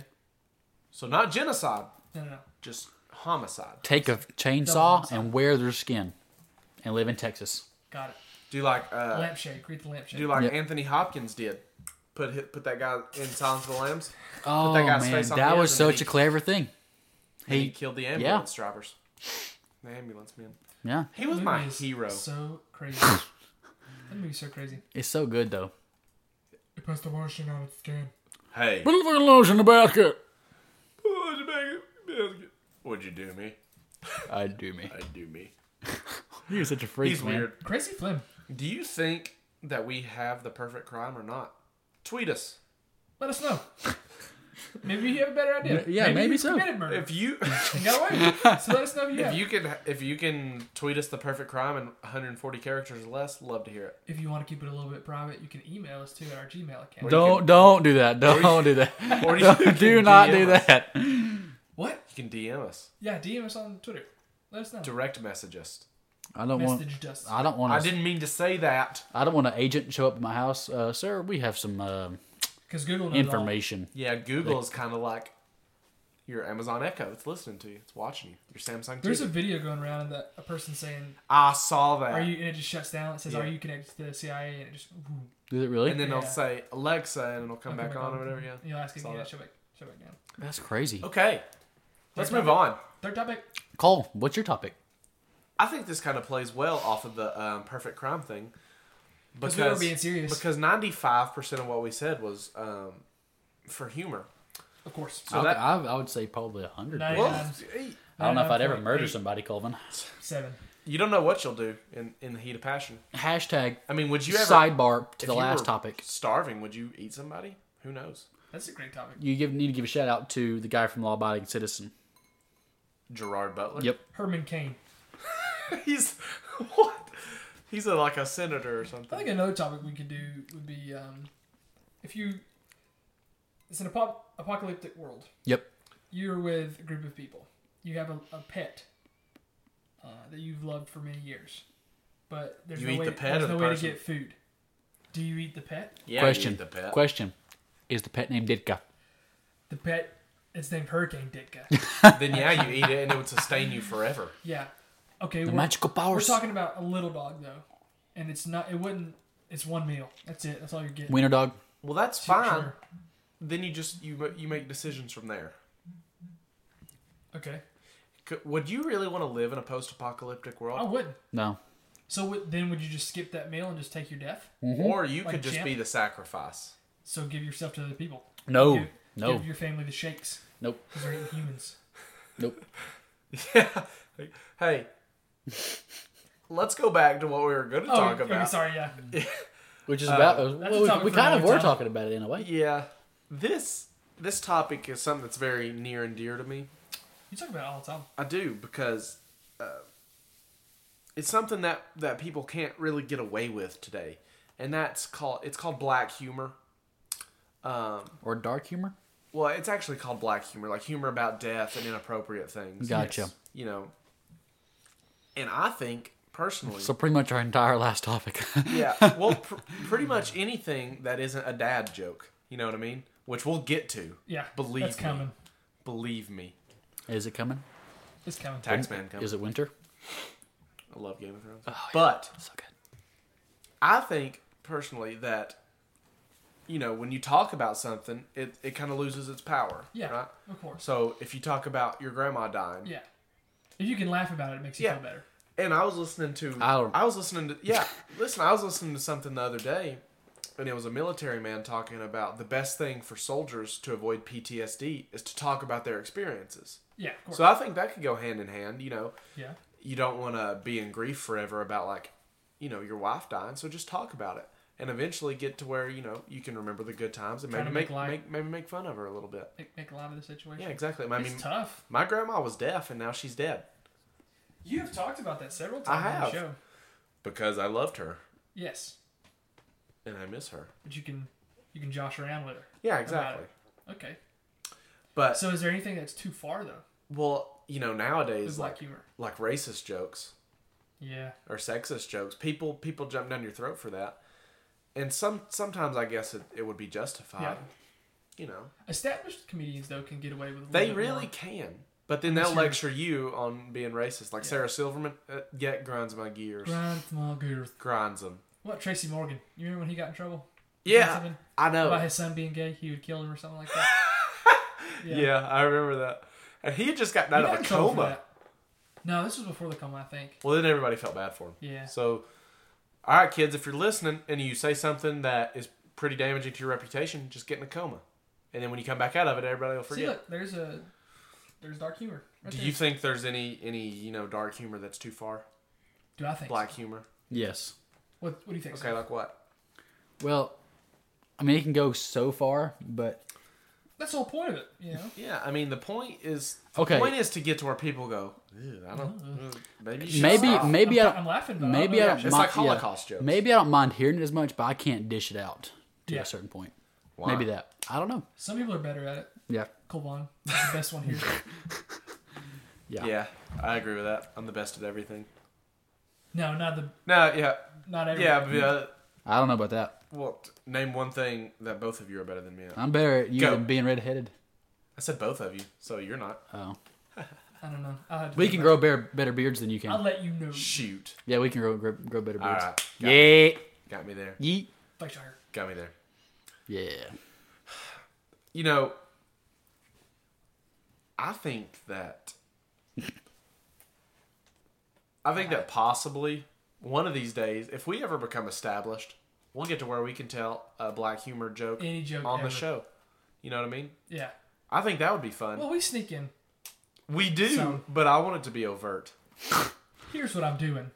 S2: so not genocide
S3: no, no, no.
S2: just homicide
S4: Take a chainsaw and wear their skin, and live in Texas.
S3: got it.
S2: do like uh
S3: lampshade, create the lampshade.
S2: do like
S4: Yep.
S2: anthony hopkins did put hit, put that guy in silence of the lambs
S4: Oh
S2: that guy's
S4: man,
S2: face on
S4: that
S2: his
S4: was
S2: and then
S4: such
S2: he-
S4: a clever thing.
S2: and he
S4: He-
S2: killed the ambulance drivers the ambulance man
S4: Yeah,
S2: he was
S3: That
S2: my
S3: movie is
S2: hero
S3: So crazy. that movie's so crazy.
S4: it's so good though.
S3: It puts the washing on its skin.
S2: hey
S4: Put a little lotion in the basket.
S2: What'd you do me?
S4: I do me.
S2: I do me.
S4: You're such a freak,
S2: He's
S4: man.
S2: weird.
S3: Crazy Flim.
S2: Do you think that we have the perfect crime or not? Tweet us
S3: Let us know. maybe you have a better idea.
S4: Yeah, maybe
S3: you
S4: so.
S3: Committed murder.
S2: if you
S3: and got away. so let us know if you
S2: if
S3: have.
S2: you can if you can tweet us the perfect crime in 140 characters or less. Love to hear it.
S3: If you want to keep it a little bit private, you can email us too at our Gmail account.
S4: Don't don't do that. Don't do that.
S2: Or you
S4: Don't, do
S2: can
S4: not
S2: DM
S4: do
S2: us.
S4: that.
S3: What?
S2: You can DM us,
S3: Yeah, DM us on Twitter. Let us know.
S2: direct message us.
S4: I don't want.
S3: Message us.
S4: I don't want.
S2: I
S4: a-
S2: didn't mean to say that.
S4: I don't want an agent to show up at my house, uh, sir. We have some uh,
S3: Because Google knows all.
S4: information.
S2: Yeah, Google is kind of like your Amazon Echo. It's listening to you. It's watching you. Your Samsung.
S3: There's a
S2: TV.
S3: video going around that a person saying,
S2: I saw that.
S3: "Are you?" and it just shuts down. It says,
S2: Ah. Yeah.
S3: "Are you connected to the CIA?" and it just whoo,
S4: Is it really?
S2: and then
S3: Yeah.
S2: they'll say Alexa, and it'll come
S3: I'll
S2: back on or whatever. Yeah.
S3: You'll ask
S2: Saw
S3: again. Yeah,
S2: that.
S3: show back, show back down.
S4: That's crazy.
S2: Okay, let's
S3: Third
S2: move
S3: topic.
S2: on.
S3: Third topic.
S4: Cole, what's your topic?
S2: I think this kind of plays well off of the um, perfect crime thing
S3: Because we were being serious,
S2: because ninety five percent of what we said was um, for humor.
S3: of course.
S2: So
S4: I,
S2: that-
S4: I, I would say probably a hundred.
S3: Nine-
S4: people.
S2: Well,
S3: Yes.
S2: hey,
S4: I don't know if I'd ever
S3: 99.8.
S4: murder somebody, Colvin.
S3: Seven.
S2: you don't know what you'll do in, in the heat of passion.
S4: Hashtag
S2: I mean, would you ever
S4: sidebar
S2: if
S4: to the
S2: you
S4: last
S2: were
S4: topic.
S2: Starving? Would you eat somebody? Who knows?
S3: That's a great topic.
S4: You give, need to give a shout out to the guy from Law Abiding Citizen.
S2: Gerard Butler.
S4: Yep.
S3: Herman Cain.
S2: He's what? He's a, like a senator or
S3: I
S2: something.
S3: think another topic we could do would be um, if you. It's an apo- apocalyptic world.
S4: Yep.
S3: You're with a group of people. You have a, a pet uh, that you've loved for many years, but there's
S2: You
S3: no
S2: eat
S3: way,
S2: the pet
S3: there's
S2: or the
S3: no way to
S2: person?
S3: get food. Do you eat the pet?
S2: Yeah,
S4: question.
S2: The pet.
S4: Question. Is the pet named Ditka?
S3: The pet is named Hurricane Ditka.
S2: then yeah, you eat it and it would sustain you forever.
S3: yeah. Okay.
S4: The
S3: we're-
S4: magical
S3: We're
S4: powers.
S3: talking about a little dog though, and it's not. It wouldn't. It's one meal. That's it. That's all you're getting.
S4: Wiener dog.
S2: Well, that's
S3: Sure,
S2: fine.
S3: sure.
S2: Then you just you ma- you make decisions from there.
S3: Okay.
S2: C- Would you really want to live in a post-apocalyptic world,
S3: I wouldn't.
S4: No.
S3: So would- then would you just skip that meal and just take your death?
S2: or you
S3: Like
S2: could just
S3: Jim?
S2: be the sacrifice?
S3: So give yourself to other people.
S4: No.
S3: Give,
S4: no.
S3: Give your family the shakes.
S4: Nope.
S3: 'cause they're eating humans.
S4: Nope.
S2: Yeah. Hey, let's go back to what we were going to talk
S3: oh,
S2: about.
S3: Okay, sorry, yeah.
S4: Which is
S2: Uh,
S4: about. uh, well,
S3: a
S4: we-
S3: topic
S4: we
S3: for
S4: kind of
S3: another
S4: were
S3: time.
S4: talking about it in a way.
S2: Yeah, this this topic is something that's very near and dear to me.
S3: You talk about it all the time.
S2: I do because uh, it's something that that people can't really get away with today, and that's called it's called black humor. Um,
S4: Or dark humor.
S2: well, it's actually called black humor, like humor about death and inappropriate things.
S4: Gotcha.
S2: You know, and I think personally,
S4: So pretty much our entire last topic.
S2: yeah. Well, pr- pretty much anything that isn't a dad joke. You know what I mean? Which we'll get to.
S3: Yeah.
S2: Believe
S3: That's
S2: me.
S3: coming.
S2: Believe me.
S4: is it coming?
S3: It's coming.
S2: Taxman comes.
S4: Is it winter?
S2: I love Game of Thrones.
S4: yeah.
S2: But
S4: So good.
S2: I think personally that you know when you talk about something, it, it kind of loses its power.
S3: Yeah,
S2: Right?
S3: of course.
S2: So if you talk about your grandma dying,
S3: Yeah. If you can laugh about it, it makes you
S2: Yeah.
S3: feel better.
S2: and I was listening to
S4: I don't-
S2: I was listening to yeah listen I was listening to something the other day, and it was a military man talking about the best thing for soldiers to avoid PTSD is to talk about their experiences.
S3: Yeah, of course.
S2: So I think that could go hand in hand. You know,
S3: yeah.
S2: you don't want to be in grief forever about like you know your wife dying so just talk about it and eventually get to where you know you can remember the good times and
S3: Try
S2: maybe
S3: to
S2: make,
S3: make light.
S2: make maybe make fun of her a little bit
S3: Make, make a lot of the situation.
S2: yeah exactly i mean
S3: it's tough.
S2: my grandma was deaf and now she's dead
S3: You have talked about that several
S2: I
S3: times on
S2: have.
S3: the show.
S2: because i loved her
S3: Yes.
S2: and i miss her
S3: But you can you can josh around with her.
S2: yeah exactly
S3: it. Okay.
S2: but
S3: So is there anything that's too far though?
S2: well you know nowadays
S3: With
S2: like
S3: black humor.
S2: like racist jokes
S3: Yeah.
S2: or sexist jokes people people jump down your throat for that and some sometimes i guess it, it would be justified
S3: Yeah.
S2: you know
S3: Established comedians though can get away with. A little
S2: They
S3: bit
S2: really
S3: more.
S2: can. But then they'll
S3: Unless you're-
S2: lecture you on being racist, like
S3: Yeah.
S2: Sarah Silverman. Uh, yeah, grinds my gears.
S3: Grind my gears.
S2: Grinds them.
S3: What Tracy Morgan? You remember when he got in trouble?
S2: Yeah, Oh.
S3: Something
S2: I know.
S3: About his son being gay, he would kill him or something like that.
S2: Yeah. I remember that. And he had just gotten
S3: He
S2: out
S3: got
S2: of
S3: in
S2: a
S3: trouble for
S2: coma.
S3: that. No, this was before the coma, I think.
S2: Well, then everybody felt bad for him.
S3: Yeah.
S2: So, all right, kids, if you're listening and you say something that is pretty damaging to your reputation, just get in a coma. And then when you come back out of it, everybody will
S3: See,
S2: forget.
S3: look, there's a there's dark humor. Right
S2: Do
S3: there.
S2: you think there's any any you know dark humor that's too far?
S3: Do I think?
S2: Black humor.
S4: Yes.
S3: What What do you think?
S2: Okay, like what?
S4: Well, I mean, it can go so far, but
S3: That's the whole point of it. You know.
S2: Yeah, I mean the point is the
S4: Okay.
S2: point is to get to where people go. "Ew, I don't. uh, Maybe you should
S4: maybe
S2: stop."
S4: maybe
S3: I'm,
S4: I
S3: I'm
S4: don't,
S3: laughing. But
S4: maybe
S3: I
S4: I
S3: don't
S4: don't
S3: know.
S2: It's
S4: mi-
S2: like Holocaust jokes.
S4: maybe I don't mind hearing it as much, but I can't dish it out to
S3: Yeah.
S4: a certain point.
S2: Why?
S4: Maybe that. I don't know.
S3: Some people are better at it.
S4: Yeah.
S3: Colbon is the best one here.
S4: Yeah.
S2: Yeah, I agree with that. I'm the best at everything.
S3: No, not the
S2: No, yeah,
S3: not every.
S2: yeah, but, uh,
S4: I don't know about that.
S2: well, t- name one thing that both of you are better than me at.
S4: I'm better at you
S2: Go.
S4: than being redheaded.
S2: I said both of you, so you're not.
S4: Oh,
S3: I don't know. I'll have to
S4: we
S3: think
S4: can
S3: about
S4: grow better, better beards than you
S3: it. I'll
S4: can.
S3: let you know.
S2: Shoot,
S4: Yeah, we can grow grow, grow better
S2: all
S4: beards.
S2: right, got,
S4: Yeah.
S2: got me there.
S4: Yeet.
S3: Thanks, Shire.
S2: Got me there.
S4: Yeah.
S2: You know, I think that I think that possibly one of these days, if we ever become established, we'll get to where we can tell a black humor joke
S3: Any joke
S2: on
S3: ever.
S2: the show. You know what I mean?
S3: Yeah.
S2: I think that would be fun.
S3: Well, we sneak in.
S2: we do,
S3: so-
S2: but I want it to be overt.
S3: Here's what I'm doing.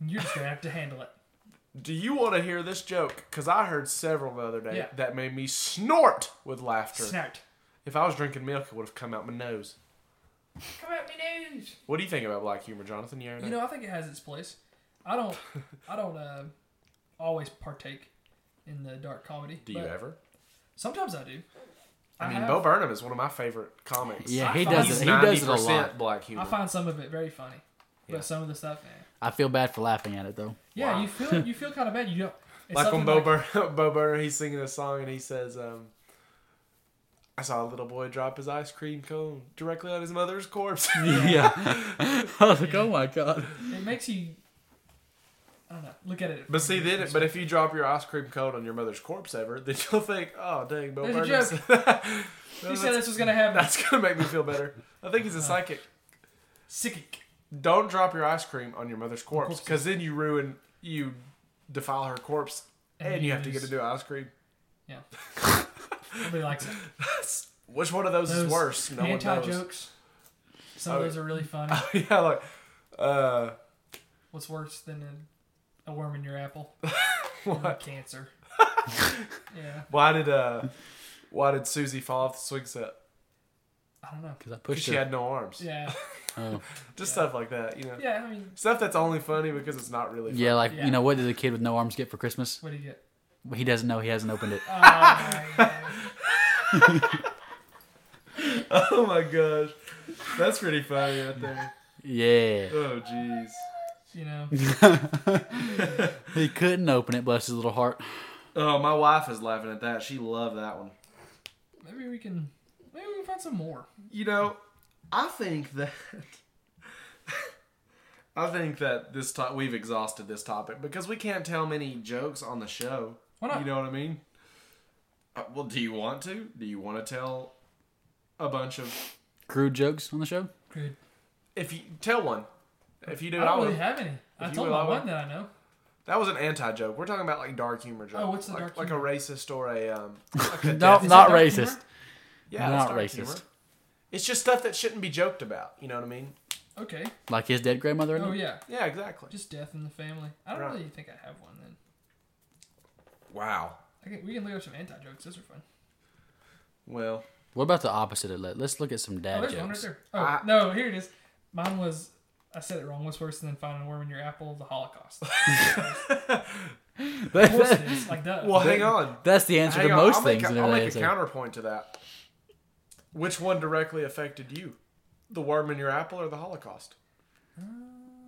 S3: And You're just gonna have to handle it.
S2: Do you want to hear this joke? Because I heard several the other day
S3: Yeah.
S2: that made me snort with laughter.
S3: Snart.
S2: If I was drinking milk, it would have come out my nose.
S3: Come at me news.
S2: What do you think about black humor, Jonathan? Yeah, or no?
S3: You know, I think it has its place. I don't. I don't uh, always partake in the dark comedy.
S2: Do you
S3: but
S2: ever?
S3: Sometimes I do.
S2: I, mean,
S3: have-
S2: Bo Burnham is one of my favorite comics.
S4: Yeah,
S3: I
S4: he
S3: find
S4: does
S2: He's
S4: it. He does it a
S2: 90%
S4: lot.
S2: black humor.
S3: I find some of it very funny,
S2: Yeah.
S3: but some of the stuff, man.
S4: I feel bad for laughing at it though.
S3: Yeah,
S2: Wow.
S3: you feel you feel kind of bad. You don't. It's
S2: like when
S3: something
S2: Bo, Bur- Bo Burnham, he's singing a song and he says, um, I saw a little boy drop his ice cream cone directly on his mother's corpse.
S4: Yeah. I was like, oh my god.
S3: it makes you. I don't know. Look at it.
S2: but see,
S3: from
S2: then,
S3: different
S2: but if you drop your ice cream cone on your mother's corpse ever, then you'll think, oh, dang, Bo
S3: There's a
S2: Burnham.
S3: joke.
S2: said-
S3: perspective. you said this was gonna happen.
S2: That's going to make me feel better. I think he's a psychic.
S3: Psychic.
S2: Don't drop your ice cream on your mother's corpse
S3: corpse.
S2: because then you ruin, you defile her corpse and, you have to get
S3: lose.
S2: to do ice cream.
S3: Nobody likes it.
S2: Which one of those,
S3: Those
S2: is worse? No one
S3: Anti
S2: knows.
S3: jokes. Some
S2: Oh,
S3: of those are really funny.
S2: yeah, like, uh,
S3: What's worse than a, a worm in your apple? Um,
S2: What?
S3: Cancer. yeah,
S2: why did uh, why did Susie fall off the swing set?
S3: I don't know.
S4: Because I
S2: 'Cause
S4: pushed
S2: she
S4: her.
S2: had no arms.
S3: Yeah,
S4: Oh.
S2: Just
S3: Yeah.
S2: stuff like that, you know.
S3: yeah. I mean,
S2: Stuff that's only funny because it's not really. Funny.
S4: Yeah, like
S3: Yeah.
S4: you know, what does a kid with no arms get for Christmas?
S3: what do you get?
S4: He doesn't know. He hasn't opened it.
S3: Oh, my God.
S2: Oh my gosh, that's pretty funny right there.
S4: Yeah,
S2: Oh jeez.
S3: you know,
S4: he couldn't open it. Bless his little heart.
S2: Oh, my wife is laughing at that. She loved that one.
S3: maybe we can maybe we can find some more.
S2: You know, I think that. I think that this to- we've exhausted this topic because we can't tell many jokes on the show.
S3: Why not?
S2: You know what I mean? Uh, well, do you want to? Do you want to tell a bunch of?
S4: Crude jokes on the show.
S3: Good.
S2: If you tell one, if you do,
S3: I
S2: I,
S3: don't
S2: would.
S3: really have any. I
S2: you
S3: told
S2: would, I
S3: my
S2: would.
S3: one that I know.
S2: that was an anti joke. We're talking about like dark humor jokes.
S3: Oh, what's the
S2: like,
S3: dark
S2: Like
S3: humor?
S2: a racist or a um. Like a
S4: No,
S2: death-
S4: not
S3: dark
S4: racist.
S3: humor?
S2: yeah,
S4: not
S2: that's dark humor.
S4: racist.
S2: It's just stuff that shouldn't be joked about. You know what I mean?
S3: Okay.
S4: Like his dead grandmother. in
S3: Oh
S4: it?
S3: yeah,
S2: Yeah, exactly.
S3: just death in the family. I don't
S2: Right.
S3: really think I have one. Then
S2: Wow.
S3: I can, we can look up some anti jokes. Those are fun.
S2: Well,
S4: What about the opposite of that? Let's look at some
S3: Oh,
S4: dad
S3: there's one right
S4: jokes.
S3: there. Oh
S2: I-
S3: no, here it is. Mine was I said it wrong. What's worse than finding a worm in your apple? The Holocaust. of course it is. Like that.
S2: well, hang on.
S4: That's the answer
S2: Hang
S4: to
S2: on,
S4: most
S2: I'll
S4: things.
S2: Make
S4: in
S2: a, I'll
S4: their
S2: make a
S4: answer.
S2: counterpoint to that. Which one directly affected you? The worm in your apple or the Holocaust?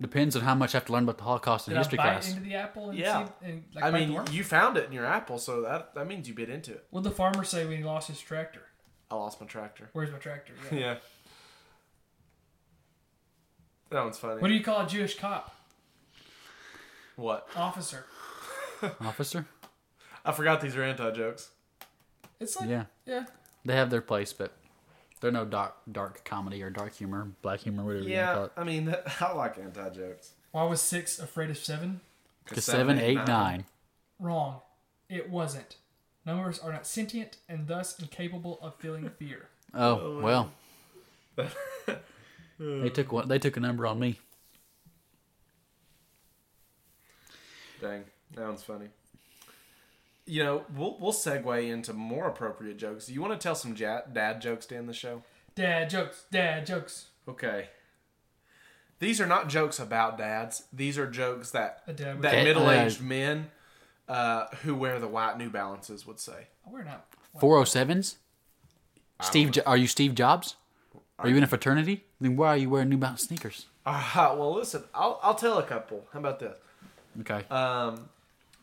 S4: Depends on how much I have to learn about the Holocaust in
S3: Did I
S4: history
S3: bite
S4: class.
S3: into the apple and
S2: Yeah.
S3: see and like
S2: I
S3: bite the
S2: mean,
S3: worm?
S2: you found it in your apple, so that that means you bit into it.
S3: What'd the farmer say when he lost his tractor?
S2: I lost my tractor.
S3: Where's my tractor? Yeah.
S2: Yeah. That one's funny.
S3: What do you call a Jewish cop?
S2: What?
S3: Officer.
S4: Officer.
S2: I forgot these are anti jokes.
S3: It's like
S4: Yeah,
S3: yeah.
S4: they have their place, but they're no dark dark comedy or dark humor, black humor, whatever you want to
S2: Yeah,
S4: call
S2: uh,
S4: it.
S2: I mean, that, I like anti jokes.
S3: Why was six afraid of seven?
S4: Because seven, eight, nine.
S3: Wrong. It wasn't. Numbers are not sentient and thus incapable of feeling fear.
S4: Oh well. they took one. They took a number on me.
S2: Dang, that one's funny. You know, we'll we'll segue into more appropriate jokes. You want to tell some ja- dad jokes to end the show?
S3: Dad jokes. Dad jokes.
S2: Okay. These are not jokes about dads. These are jokes that
S3: A dad would
S2: that
S4: Okay,
S2: middle-aged men uh, who wear the white New Balances would say.
S3: We're not.
S4: Four oh sevens. Steve, jo- are you Steve Jobs? Are you in a fraternity? Then why are you wearing New Balance sneakers?
S2: All right. Ah, Well, listen. I'll I'll tell a couple. How about this?
S4: Okay.
S2: Um,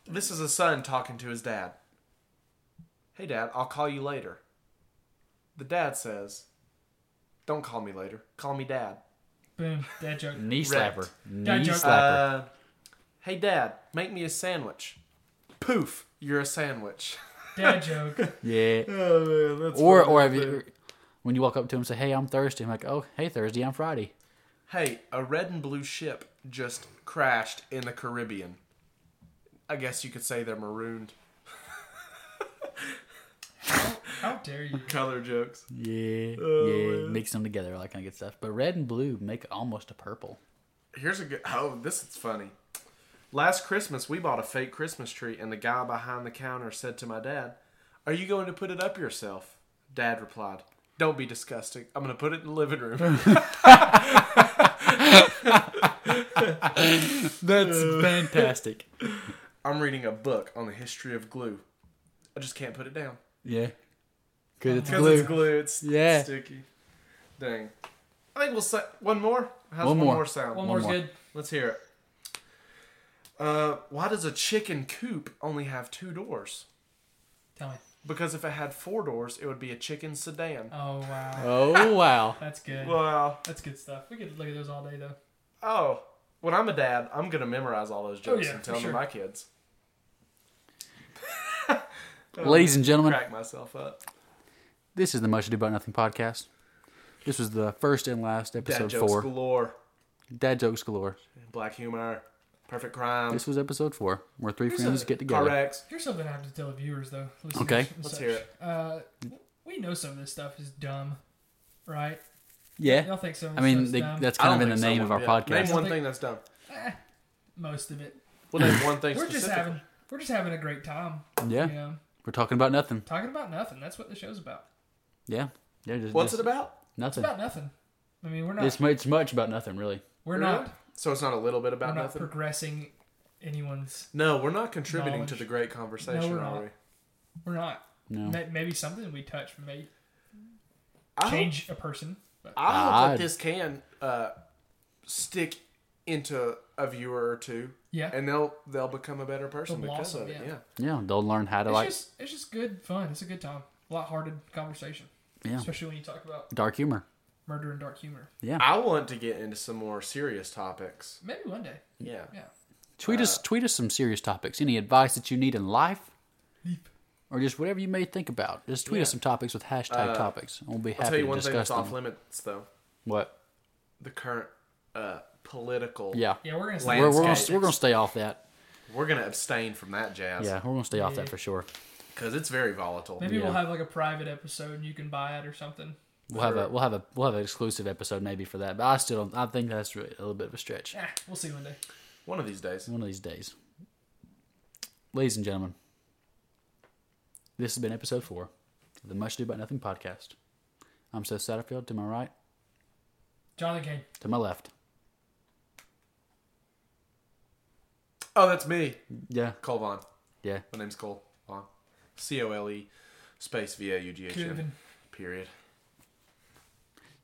S2: this is a son talking to his dad. Hey, dad. I'll call you later. The dad says, "Don't call me later. Call me dad."
S3: Boom. Dad joke.
S4: Knee
S2: wrecked.
S4: slapper.
S3: Dad
S4: Knee
S3: joke.
S4: slapper.
S2: Uh, hey, dad. Make me a sandwich. Poof. You're a sandwich.
S3: Dad joke.
S4: yeah.
S2: Oh man, that's
S4: Or or have you, when you walk up to him and say, "Hey, I'm Thursday," I'm like, "Oh, hey Thursday, I'm Friday."
S2: Hey, a red and blue ship just crashed in the Caribbean. I guess you could say they're marooned.
S3: How dare you?
S2: Color jokes.
S4: Yeah,
S2: Oh,
S4: yeah. Mix them together, all that kind of good stuff. But red and blue make almost a purple.
S2: Here's a good. Oh, this is funny. Last Christmas, we bought a fake Christmas tree, and the guy behind the counter said to my dad, Are you going to put it up yourself? Dad replied, Don't be disgusting. I'm going to put it in the living room.
S4: That's fantastic.
S2: I'm reading a book on the history of glue. I just can't put it down.
S4: Yeah. Good. It's
S2: Because
S4: glue.
S2: it's glue, it's
S4: Yeah.
S2: sticky. Dang. I think we'll say one more. How's
S4: One
S2: one,
S4: more.
S2: more. sound?
S3: One more's
S4: more.
S3: good.
S2: Let's hear it. Uh, why does a chicken coop only have two doors?
S3: Tell me.
S2: Because if it had four doors, it would be a chicken sedan.
S3: Oh wow,
S4: Oh wow.
S3: that's good.
S2: Wow.
S3: That's good stuff. We could look at those all day though.
S2: Oh, when I'm a dad, I'm gonna memorize all those jokes
S3: Oh, yeah,
S2: and
S3: for
S2: tell them
S3: sure.
S2: to my kids.
S4: Ladies and gentlemen,
S2: Crack myself up.
S4: this is the Much Ado About Nothing podcast. This was the first and last
S2: Dad
S4: episode
S2: jokes
S4: four.
S2: galore.
S4: Dad jokes galore.
S2: Black humor. Perfect crime.
S4: This was episode four, where three
S3: Here's
S4: friends
S3: a-
S4: get together.
S2: Car wrecks.
S3: Here's something I have to tell the viewers though. listeners
S4: Okay.
S3: and
S2: Let's
S3: such.
S2: hear it.
S3: Uh, we know some of this stuff is dumb, right?
S4: Yeah,
S3: Y'all um, think some of
S4: I
S3: this
S4: mean
S3: stuff's
S4: they,
S3: dumb?
S4: that's kind of
S2: I
S4: in
S2: don't
S4: the
S2: think so,
S4: name of our
S2: yeah.
S4: podcast.
S2: Name one thing that's done.
S3: most of it.
S2: Well, name one thing.
S3: We're just
S2: specifically.
S3: having we're just having a great time.
S4: yeah,
S3: You know,
S4: we're talking about nothing.
S3: talking about nothing. That's what the show's about.
S4: Yeah, yeah, just,
S2: What's
S4: just
S2: it about?
S3: It's
S4: nothing.
S3: about nothing. I mean, we're not
S4: It's, mu- it's much about nothing, really.
S3: we're
S2: Really?
S3: not
S2: So it's not a little bit
S3: we're
S2: about
S3: not
S2: nothing.
S3: progressing anyone's.
S2: no, we're not contributing to
S3: Knowledge.
S2: the great conversation,
S3: No, we're
S2: are
S3: not.
S2: we?
S3: We're not.
S4: No.
S3: May- Maybe something we touch may
S2: I hope-
S3: change a person. But
S2: I hope
S4: I'd-
S2: that this can uh, stick into a viewer or two,
S3: yeah,
S2: and they'll they'll become a better person
S3: They'll
S2: because of
S3: blossom,
S2: it.
S3: yeah.
S2: Yeah.
S4: Yeah, they'll learn how to
S3: it's
S4: like
S3: just it's just good fun. It's a good time, lighthearted conversation.
S4: Yeah.
S3: especially when you talk about
S4: dark humor.
S3: murder and dark humor.
S2: I want to get into some more serious topics.
S3: Maybe one day.
S2: Yeah.
S3: Yeah.
S4: Tweet
S2: Uh,
S4: us, tweet us some serious topics. Any advice that you need in life,
S3: Leap.
S4: or just whatever you may think about. Just tweet
S2: Yeah.
S4: us
S2: Uh,
S4: some topics with hashtag topics, and we'll be
S2: I'll tell
S4: happy
S2: you
S4: to
S2: one thing
S4: discuss
S2: that's
S4: them.
S2: off limits though:
S4: What?
S2: the current uh, political.
S4: Yeah,
S3: Yeah, we're gonna
S2: Land-
S4: we're, we're, gonna,
S2: Landscapes.
S4: we're gonna stay off that.
S2: We're gonna abstain from that jazz.
S4: Yeah, we're gonna stay off that
S3: Yeah.
S4: for sure.
S2: Because it's very volatile.
S3: Maybe
S4: Yeah.
S3: we'll have like a private episode and you can buy it or something.
S4: We'll have a we'll have a we'll have an exclusive episode maybe for that. But I still don't, I think that's really a little bit of a stretch.
S3: Ah, we'll see one day.
S2: One of these days.
S4: One of these days, ladies and gentlemen, this has been episode four of the Much Do About Nothing podcast. I'm Seth Satterfield to my right,
S3: Jonathan Kane.
S4: to my left.
S2: Oh, that's me,
S4: Yeah,
S2: Cole Vaughn.
S4: yeah.
S2: My name's Cole Vaughn. C O L E space V A U G H
S3: Kevin.
S2: N. Period.